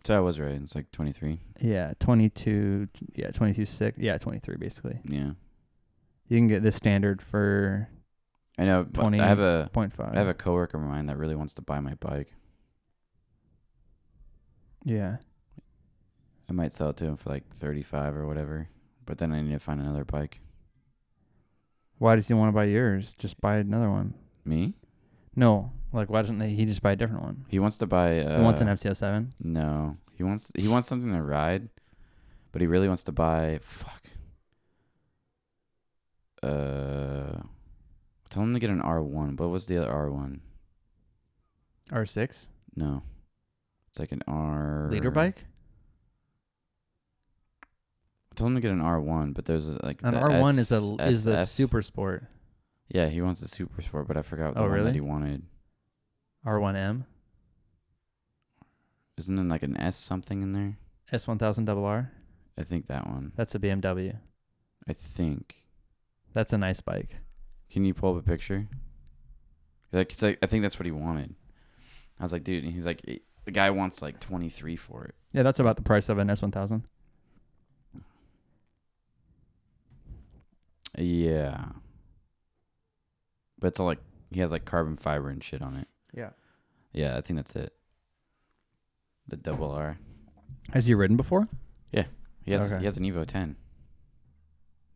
S2: So I was right. It's like twenty three.
S1: Yeah, twenty two. Yeah, twenty two six. Yeah, twenty three basically.
S2: Yeah,
S1: You can get the standard for
S2: I know. but
S1: 20.
S2: I have a
S1: point five.
S2: I have a coworker of mine that really wants to buy my bike.
S1: yeah.
S2: I might sell it to him for like thirty five or whatever. But then I need to find another bike.
S1: Why does he want to buy yours? Just buy another one.
S2: Me?
S1: No, like why doesn't they, he just buy a different one?
S2: He wants to buy. Uh,
S1: he wants an FCO seven.
S2: No, he wants he wants something to ride, but he really wants to buy. Fuck. Uh, tell him to get an R one. What was the other R one?
S1: R six
S2: No, it's like an R
S1: leader bike.
S2: Tell him to get an R one, but there's a, like
S1: An
S2: the
S1: R one is a
S2: S-
S1: is the
S2: SF.
S1: super sport.
S2: Yeah, he wants a super sport, but I forgot the
S1: Oh,
S2: one
S1: really?
S2: that he wanted.
S1: R one M
S2: Isn't there like an S something in there?
S1: S one thousand double R.
S2: I think that one.
S1: That's a BMW.
S2: I think.
S1: That's a nice bike.
S2: Can you pull up a picture? Like, 'cause I, I think that's what he wanted. I was like, dude, and he's like, "Eh, the guy wants like twenty three for it.
S1: Yeah, that's about the price of an S one thousand.
S2: Yeah, but it's all like he has like carbon fiber and shit on it.
S1: Yeah.
S2: Yeah, I think that's it. The double R.
S1: Has he ridden before?
S2: He has
S1: Okay.
S2: he has an Evo ten.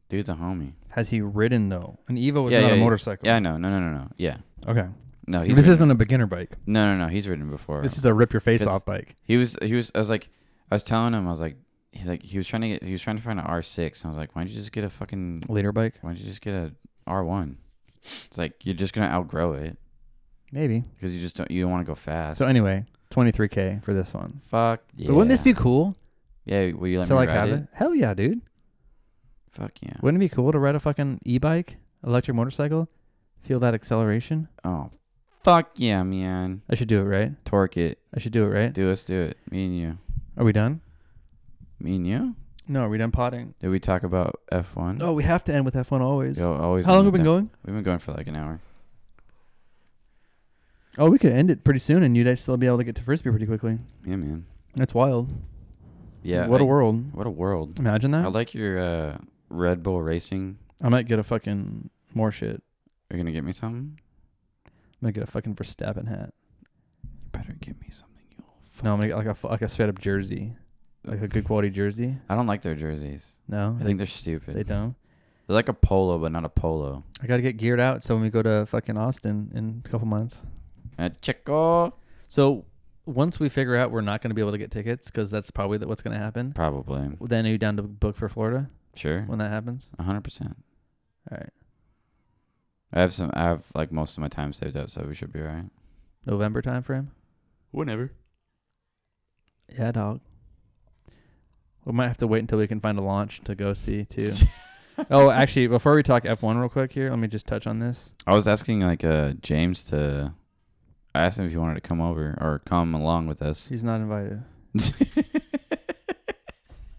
S2: Dude's a homie.
S1: Has he ridden though? An Evo is
S2: Yeah,
S1: not
S2: yeah,
S1: a
S2: yeah.
S1: motorcycle.
S2: Yeah, I know. No, no, no, no. Yeah,
S1: Okay.
S2: no. He's
S1: This
S2: ridden-
S1: isn't a beginner bike.
S2: No, no, no. He's ridden before.
S1: This is a rip your face
S2: This-
S1: off bike.
S2: He was he was I was like I was telling him I was like he's like he was trying to get he was trying to find an R six and I was like why don't you just get a fucking
S1: Leader bike.
S2: why don't you just get a R one? It's like you're just gonna outgrow it
S1: Maybe.
S2: because you just don't you don't want to go fast.
S1: So anyway, twenty three k for this one.
S2: fuck. Yeah.
S1: But wouldn't this be cool
S2: Yeah, will you let
S1: to
S2: me
S1: like
S2: ride
S1: have
S2: it?
S1: it? Hell yeah, dude.
S2: Fuck yeah.
S1: Wouldn't it be cool to ride a fucking e bike, electric motorcycle, feel that acceleration?
S2: Oh, fuck yeah, man.
S1: I should do it, right?
S2: Torque it.
S1: I should do it, right?
S2: Do us do it. Me and you.
S1: Are we done?
S2: Me and you.
S1: No, are we done potting?
S2: Did we talk about F one?
S1: No, we have to end with F1 always.
S2: Yo, always.
S1: How long have we been
S2: end with F-
S1: going?
S2: We've been going for like an hour.
S1: Oh, we could end it pretty soon, and you'd actually still be able to get to frisbee pretty quickly.
S2: Yeah, man.
S1: That's wild.
S2: Yeah.
S1: What a
S2: like-
S1: world.
S2: What a world.
S1: Imagine
S2: I
S1: that.
S2: like your uh, Red Bull Racing.
S1: I might get a fucking more shit.
S2: Are you gonna get me something?
S1: I'm gonna get a fucking Verstappen hat.
S2: You better get me something. You old fuck.
S1: No, I'm gonna get like a fu- like a straight up jersey, like a good quality jersey.
S2: I don't like their jerseys.
S1: No,
S2: I think they're stupid.
S1: they don't.
S2: They're like a polo, but not a polo.
S1: I gotta get geared out so when we go to fucking Austin in a couple months.
S2: Uh, Chico.
S1: So once we figure out we're not going to be able to get tickets because that's probably th- what's going to happen,
S2: Probably.
S1: then are you down to book for Florida
S2: Sure.
S1: when that happens?
S2: A hundred percent.
S1: All right,
S2: I have some. I have like most of my time saved up, so we should be alright.
S1: November time frame.
S2: Whenever.
S1: Yeah, dog. We might have to wait until we can find a launch to go see too. oh, actually, before we talk F1 real quick here, let me just touch on this.
S2: I was asking like uh James to. I asked him if he wanted to come over or come along with us.
S1: He's not invited.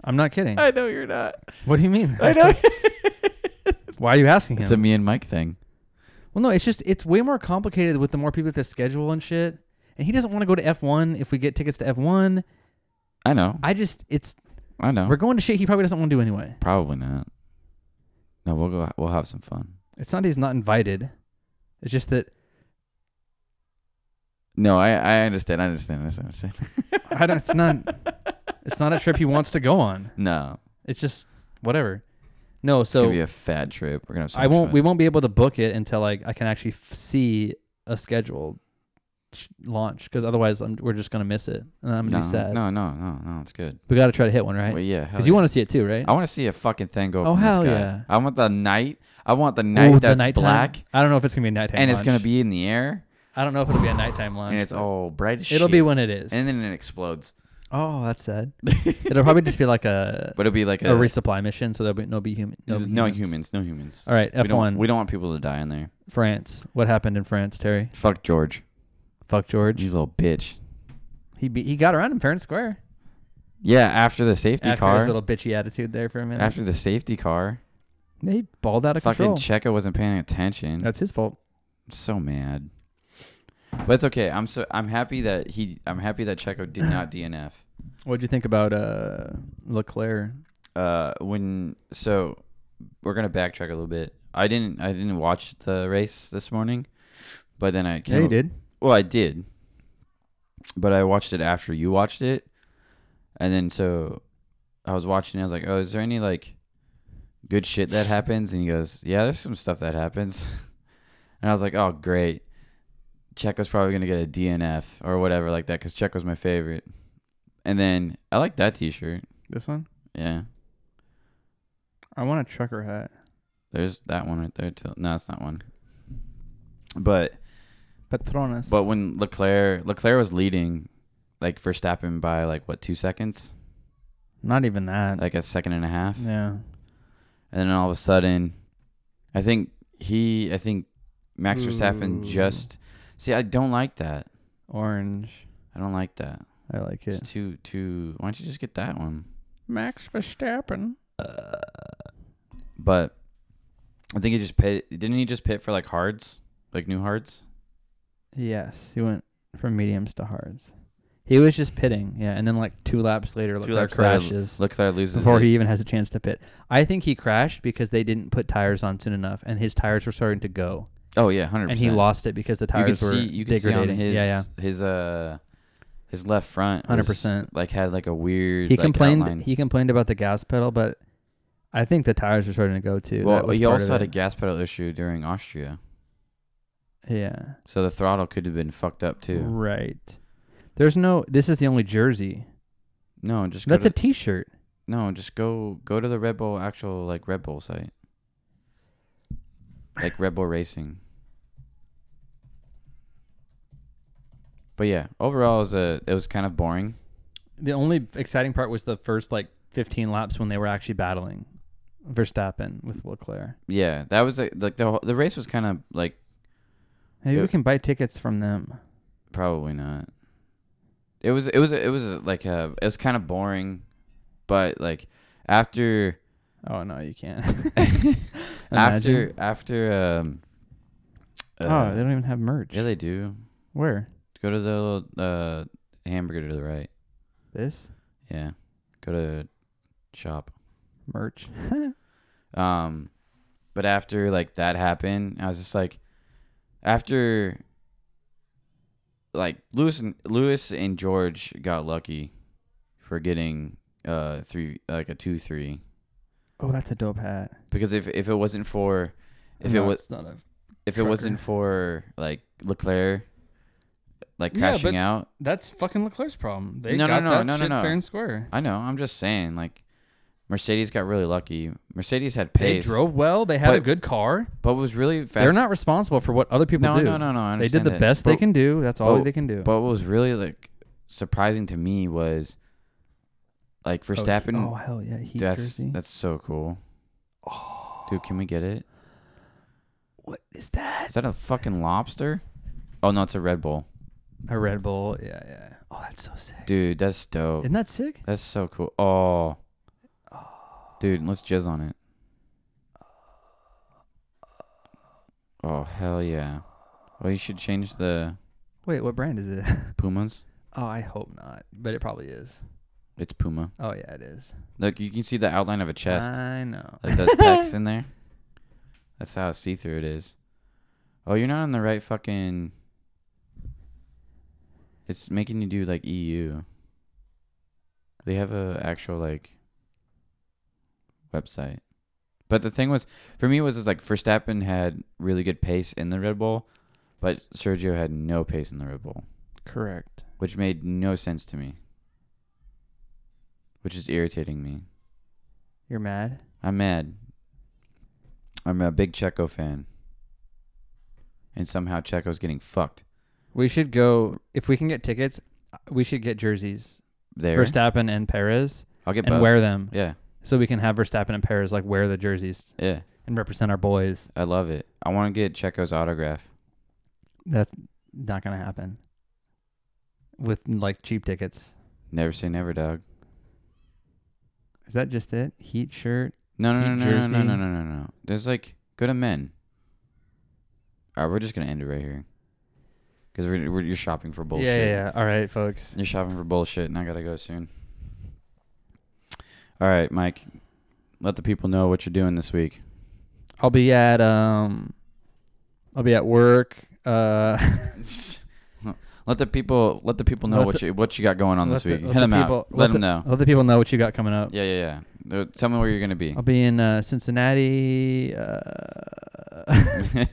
S1: I'm not kidding.
S2: know you're not.
S1: What do you mean? Why are you asking him?
S2: It's a me and Mike thing.
S1: well, no, it's just it's way more complicated with the more people to schedule and shit. And he doesn't want to go to F1 if we get tickets to F1.
S2: I know.
S1: I just it's
S2: I know.
S1: we're going to shit he probably doesn't want to do anyway.
S2: Probably not. No, we'll go. We'll have some fun.
S1: It's not that he's not invited. It's just that
S2: No, I, I understand. I understand. I understand. I understand.
S1: I don't, it's not. It's not a trip he wants to go on.
S2: No,
S1: It's just whatever. No,
S2: it's gonna be
S1: so
S2: a fad trip. We're gonna have. So
S1: I
S2: much
S1: won't.
S2: fun.
S1: We won't be able to book it until like I can actually f- see a scheduled sh- launch because otherwise I'm, we're just gonna miss it and I'm gonna
S2: no,
S1: be sad.
S2: No, no, no, no. It's good.
S1: We got to try to hit one, right?
S2: Well,
S1: Because
S2: yeah. hell
S1: you
S2: yeah.
S1: want to see it too, right?
S2: I want to see a fucking thing go. Up
S1: Oh,
S2: in the
S1: hell
S2: sky.
S1: yeah.
S2: I want the night. I want the night
S1: Ooh,
S2: that's
S1: nighttime-
S2: black
S1: I don't know if it's gonna be a nighttime.
S2: and it's gonna
S1: launch.
S2: be in the air
S1: I don't know if it'll be a nighttime launch.
S2: and it's
S1: but
S2: all bright as shit.
S1: It'll be when it is.
S2: and then it explodes.
S1: oh, that's sad. it'll probably just be like a
S2: But it'll be like
S1: a
S2: a,
S1: resupply mission, so there'll be no be human.
S2: no, no humans, no humans.
S1: All right,
S2: we
S1: F
S2: don't-
S1: one.
S2: We don't want people to die in there.
S1: France. What happened in France, Terry?
S2: Fuck George.
S1: Fuck George.
S2: You little bitch.
S1: He be, he got around in fair and square
S2: Yeah, after the safety
S1: after
S2: car.
S1: his little bitchy attitude there for a minute.
S2: after the safety car.
S1: they balled out of
S2: Fucking
S1: control.
S2: Checo wasn't paying attention.
S1: That's his fault.
S2: I'm so mad. But it's okay. I'm so I'm happy that he I'm happy that Checo did not DNF.
S1: What'd you think about uh Leclerc?
S2: Uh when so we're gonna backtrack a little bit. I didn't I didn't watch the race this morning. But then I came up-
S1: did.
S2: Well, I did, but I watched it after you watched it, and then so I was watching. And I was like, "Oh, is there any like good shit that happens?" And he goes, "Yeah, there's some stuff that happens," and I was like, "Oh, great." Checo's probably gonna get a DNF or whatever like that because Checo's my favorite. And then I like that T-shirt.
S1: This one.
S2: Yeah,
S1: I want a trucker hat.
S2: there's that one right there too. No, it's not one. But
S1: Petronas.
S2: But when Leclerc Leclerc was leading, like Verstappen by like what two seconds,
S1: not even that.
S2: like a second and a half,
S1: yeah.
S2: and then all of a sudden, I think he, I think Max Verstappen
S1: Ooh.
S2: just see. I don't like that.
S1: Orange.
S2: I don't like that.
S1: I like
S2: It's too too. Why don't you just get that one?
S1: Max Verstappen.
S2: But I think he just pit. Didn't he just pit for like hards, like new hards?
S1: Yes, he went from mediums to hards. He was just pitting, yeah, and then like two laps later, Leclerc
S2: laps later,
S1: crashes
S2: Leclerc loses
S1: before
S2: it.
S1: he even has a chance to pit. I think he crashed because they didn't put tires on soon enough, and his tires were starting to go,
S2: Oh yeah, hundred
S1: and
S2: percent.
S1: he lost it because the
S2: You could
S1: tires were
S2: see you could see on
S1: degrading.
S2: his
S1: yeah, yeah.
S2: his uh his left front was,
S1: 100%.
S2: like had like a weird
S1: He
S2: like,
S1: complained.
S2: outline.
S1: He complained about the gas pedal, but I think the tires were starting to go too.
S2: well
S1: That was
S2: he
S1: part
S2: also
S1: of
S2: had a
S1: it.
S2: gas pedal issue during Austria
S1: yeah.
S2: so the throttle could have been fucked up too
S1: Right. There's no. This is the only jersey.
S2: no just go
S1: That's
S2: to,
S1: a T-shirt.
S2: no just go go to the Red Bull actual like Red Bull site like Red Bull Racing but yeah overall it was a it was kind of boring
S1: The only exciting part was the first like 15 laps when they were actually battling Verstappen with Leclerc.
S2: yeah that was like, like the whole, the race was kind of like
S1: Maybe we
S2: Yep.
S1: can buy tickets from them.
S2: Probably not. It was it was it was like uh it was kind of boring, but like after
S1: Oh no, you can't.
S2: after
S1: Imagine.
S2: after um uh,
S1: oh, they don't even have merch.
S2: yeah they do
S1: Where
S2: go to the little, uh hamburger to the right
S1: this
S2: yeah go to shop
S1: merch?
S2: um but after like that happened I was just like after like Lewis and Lewis and George got lucky for getting uh three like a two three.
S1: Oh, that's a dope hat.
S2: because if if it wasn't for if
S1: No,
S2: it was
S1: it's not a-
S2: if it
S1: trucker.
S2: wasn't for like Leclerc like
S1: Yeah,
S2: crashing
S1: but-
S2: out,
S1: that's fucking Leclerc's problem. They
S2: No, no,
S1: got
S2: no,
S1: that
S2: no, no,
S1: shit
S2: no.
S1: fair and square.
S2: I know. I'm just saying like Mercedes got really lucky. Mercedes had
S1: They
S2: pace.
S1: drove well. They had a
S2: But
S1: good car.
S2: but was really fast.
S1: They're not responsible for what other people
S2: No,
S1: do.
S2: no, no, no. I
S1: They did
S2: understand
S1: the
S2: that.
S1: best they
S2: But-
S1: can do. That's all
S2: but-
S1: they can do.
S2: But what was really like surprising to me was like
S1: Oh, he-
S2: Verstappen.
S1: Oh, hell yeah, heat
S2: that's
S1: jersey. Oh.
S2: that's so cool. Dude, can we get it?
S1: what is that?
S2: Is that a fucking lobster? Oh no, it's a Red Bull.
S1: A Red Bull. Yeah, yeah. Oh, that's so sick.
S2: Dude, that's dope.
S1: Isn't that sick?
S2: That's so cool. Oh.
S1: Oh.
S2: Dude, let's jizz on it. Oh, hell yeah. Well, you should change the
S1: Wait, what brand is it?
S2: Pumas.
S1: oh, I hope not, but it probably is.
S2: It's Puma.
S1: Oh yeah, it is.
S2: Look, you can see the outline of a chest.
S1: I know.
S2: Like those pecs in there. That's how see through it is. Oh, you're not on the right fucking. It's making you do like EU. They have a actual like website. But the thing was for me was it's like Verstappen had really good pace in the Red Bull, but Sergio had no pace in the Red Bull,
S1: Correct.
S2: which made no sense to me. Which is irritating me.
S1: You're mad.
S2: I'm mad. I'm a big Checo fan. And somehow Checo's getting fucked
S1: We should go if we can get tickets. We should get jerseys.
S2: there.
S1: Verstappen and Perez,
S2: I'll get
S1: and
S2: both.
S1: wear them
S2: Yeah,
S1: so we can have Verstappen and Perez like wear the jerseys
S2: yeah.
S1: and represent our boys.
S2: I love it. I want to get Checo's autograph.
S1: That's not gonna happen. With like cheap tickets.
S2: Never say never, dog.
S1: Is that just it? Heat shirt.
S2: No, no, no,
S1: Heat
S2: no, no, no,
S1: jersey.
S2: no, no, no, no. There's like go to men. All right, we're just gonna end it right here. Because we're, we're you're shopping for bullshit.
S1: Yeah, yeah, yeah. All right, folks.
S2: You're shopping for bullshit, and I gotta go soon. All right, Mike. Let the people know what you're doing this week.
S1: I'll be at um, I'll be at work. Uh,
S2: Let the people let the people know
S1: Let
S2: what
S1: the-
S2: you what you got going on
S1: let
S2: this
S1: the-
S2: week.
S1: let
S2: Hit
S1: the
S2: them
S1: people-
S2: out. Let,
S1: let
S2: them know.
S1: let the people know what you got coming up.
S2: Yeah, yeah, yeah. Uh, Tell me where you're gonna be.
S1: I'll be in uh, Cincinnati. Uh, Um,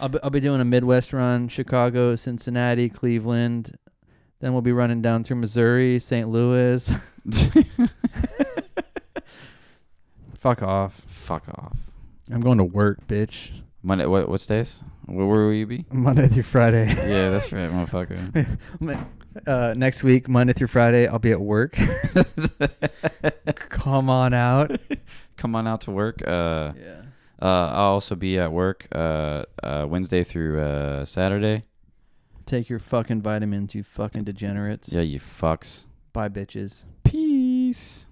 S1: I'll, be, I'll be doing a Midwest run: Chicago, Cincinnati, Cleveland. Then we'll be running down through Missouri, St. Louis. Fuck off!
S2: Fuck off.
S1: I'm going to work, bitch.
S2: Monday. What? What's days? Where, where will you be?
S1: Monday through Friday.
S2: yeah, that's right, motherfucker.
S1: Uh, next week, Monday through Friday, I'll be at work. Come on out.
S2: Come on out to work. Uh,
S1: Yeah.
S2: uh, I'll also be at work uh, uh, Wednesday through uh, Saturday.
S1: Take your fucking vitamins, you fucking degenerates.
S2: Yeah, you fucks.
S1: Bye, bitches.
S2: Peace.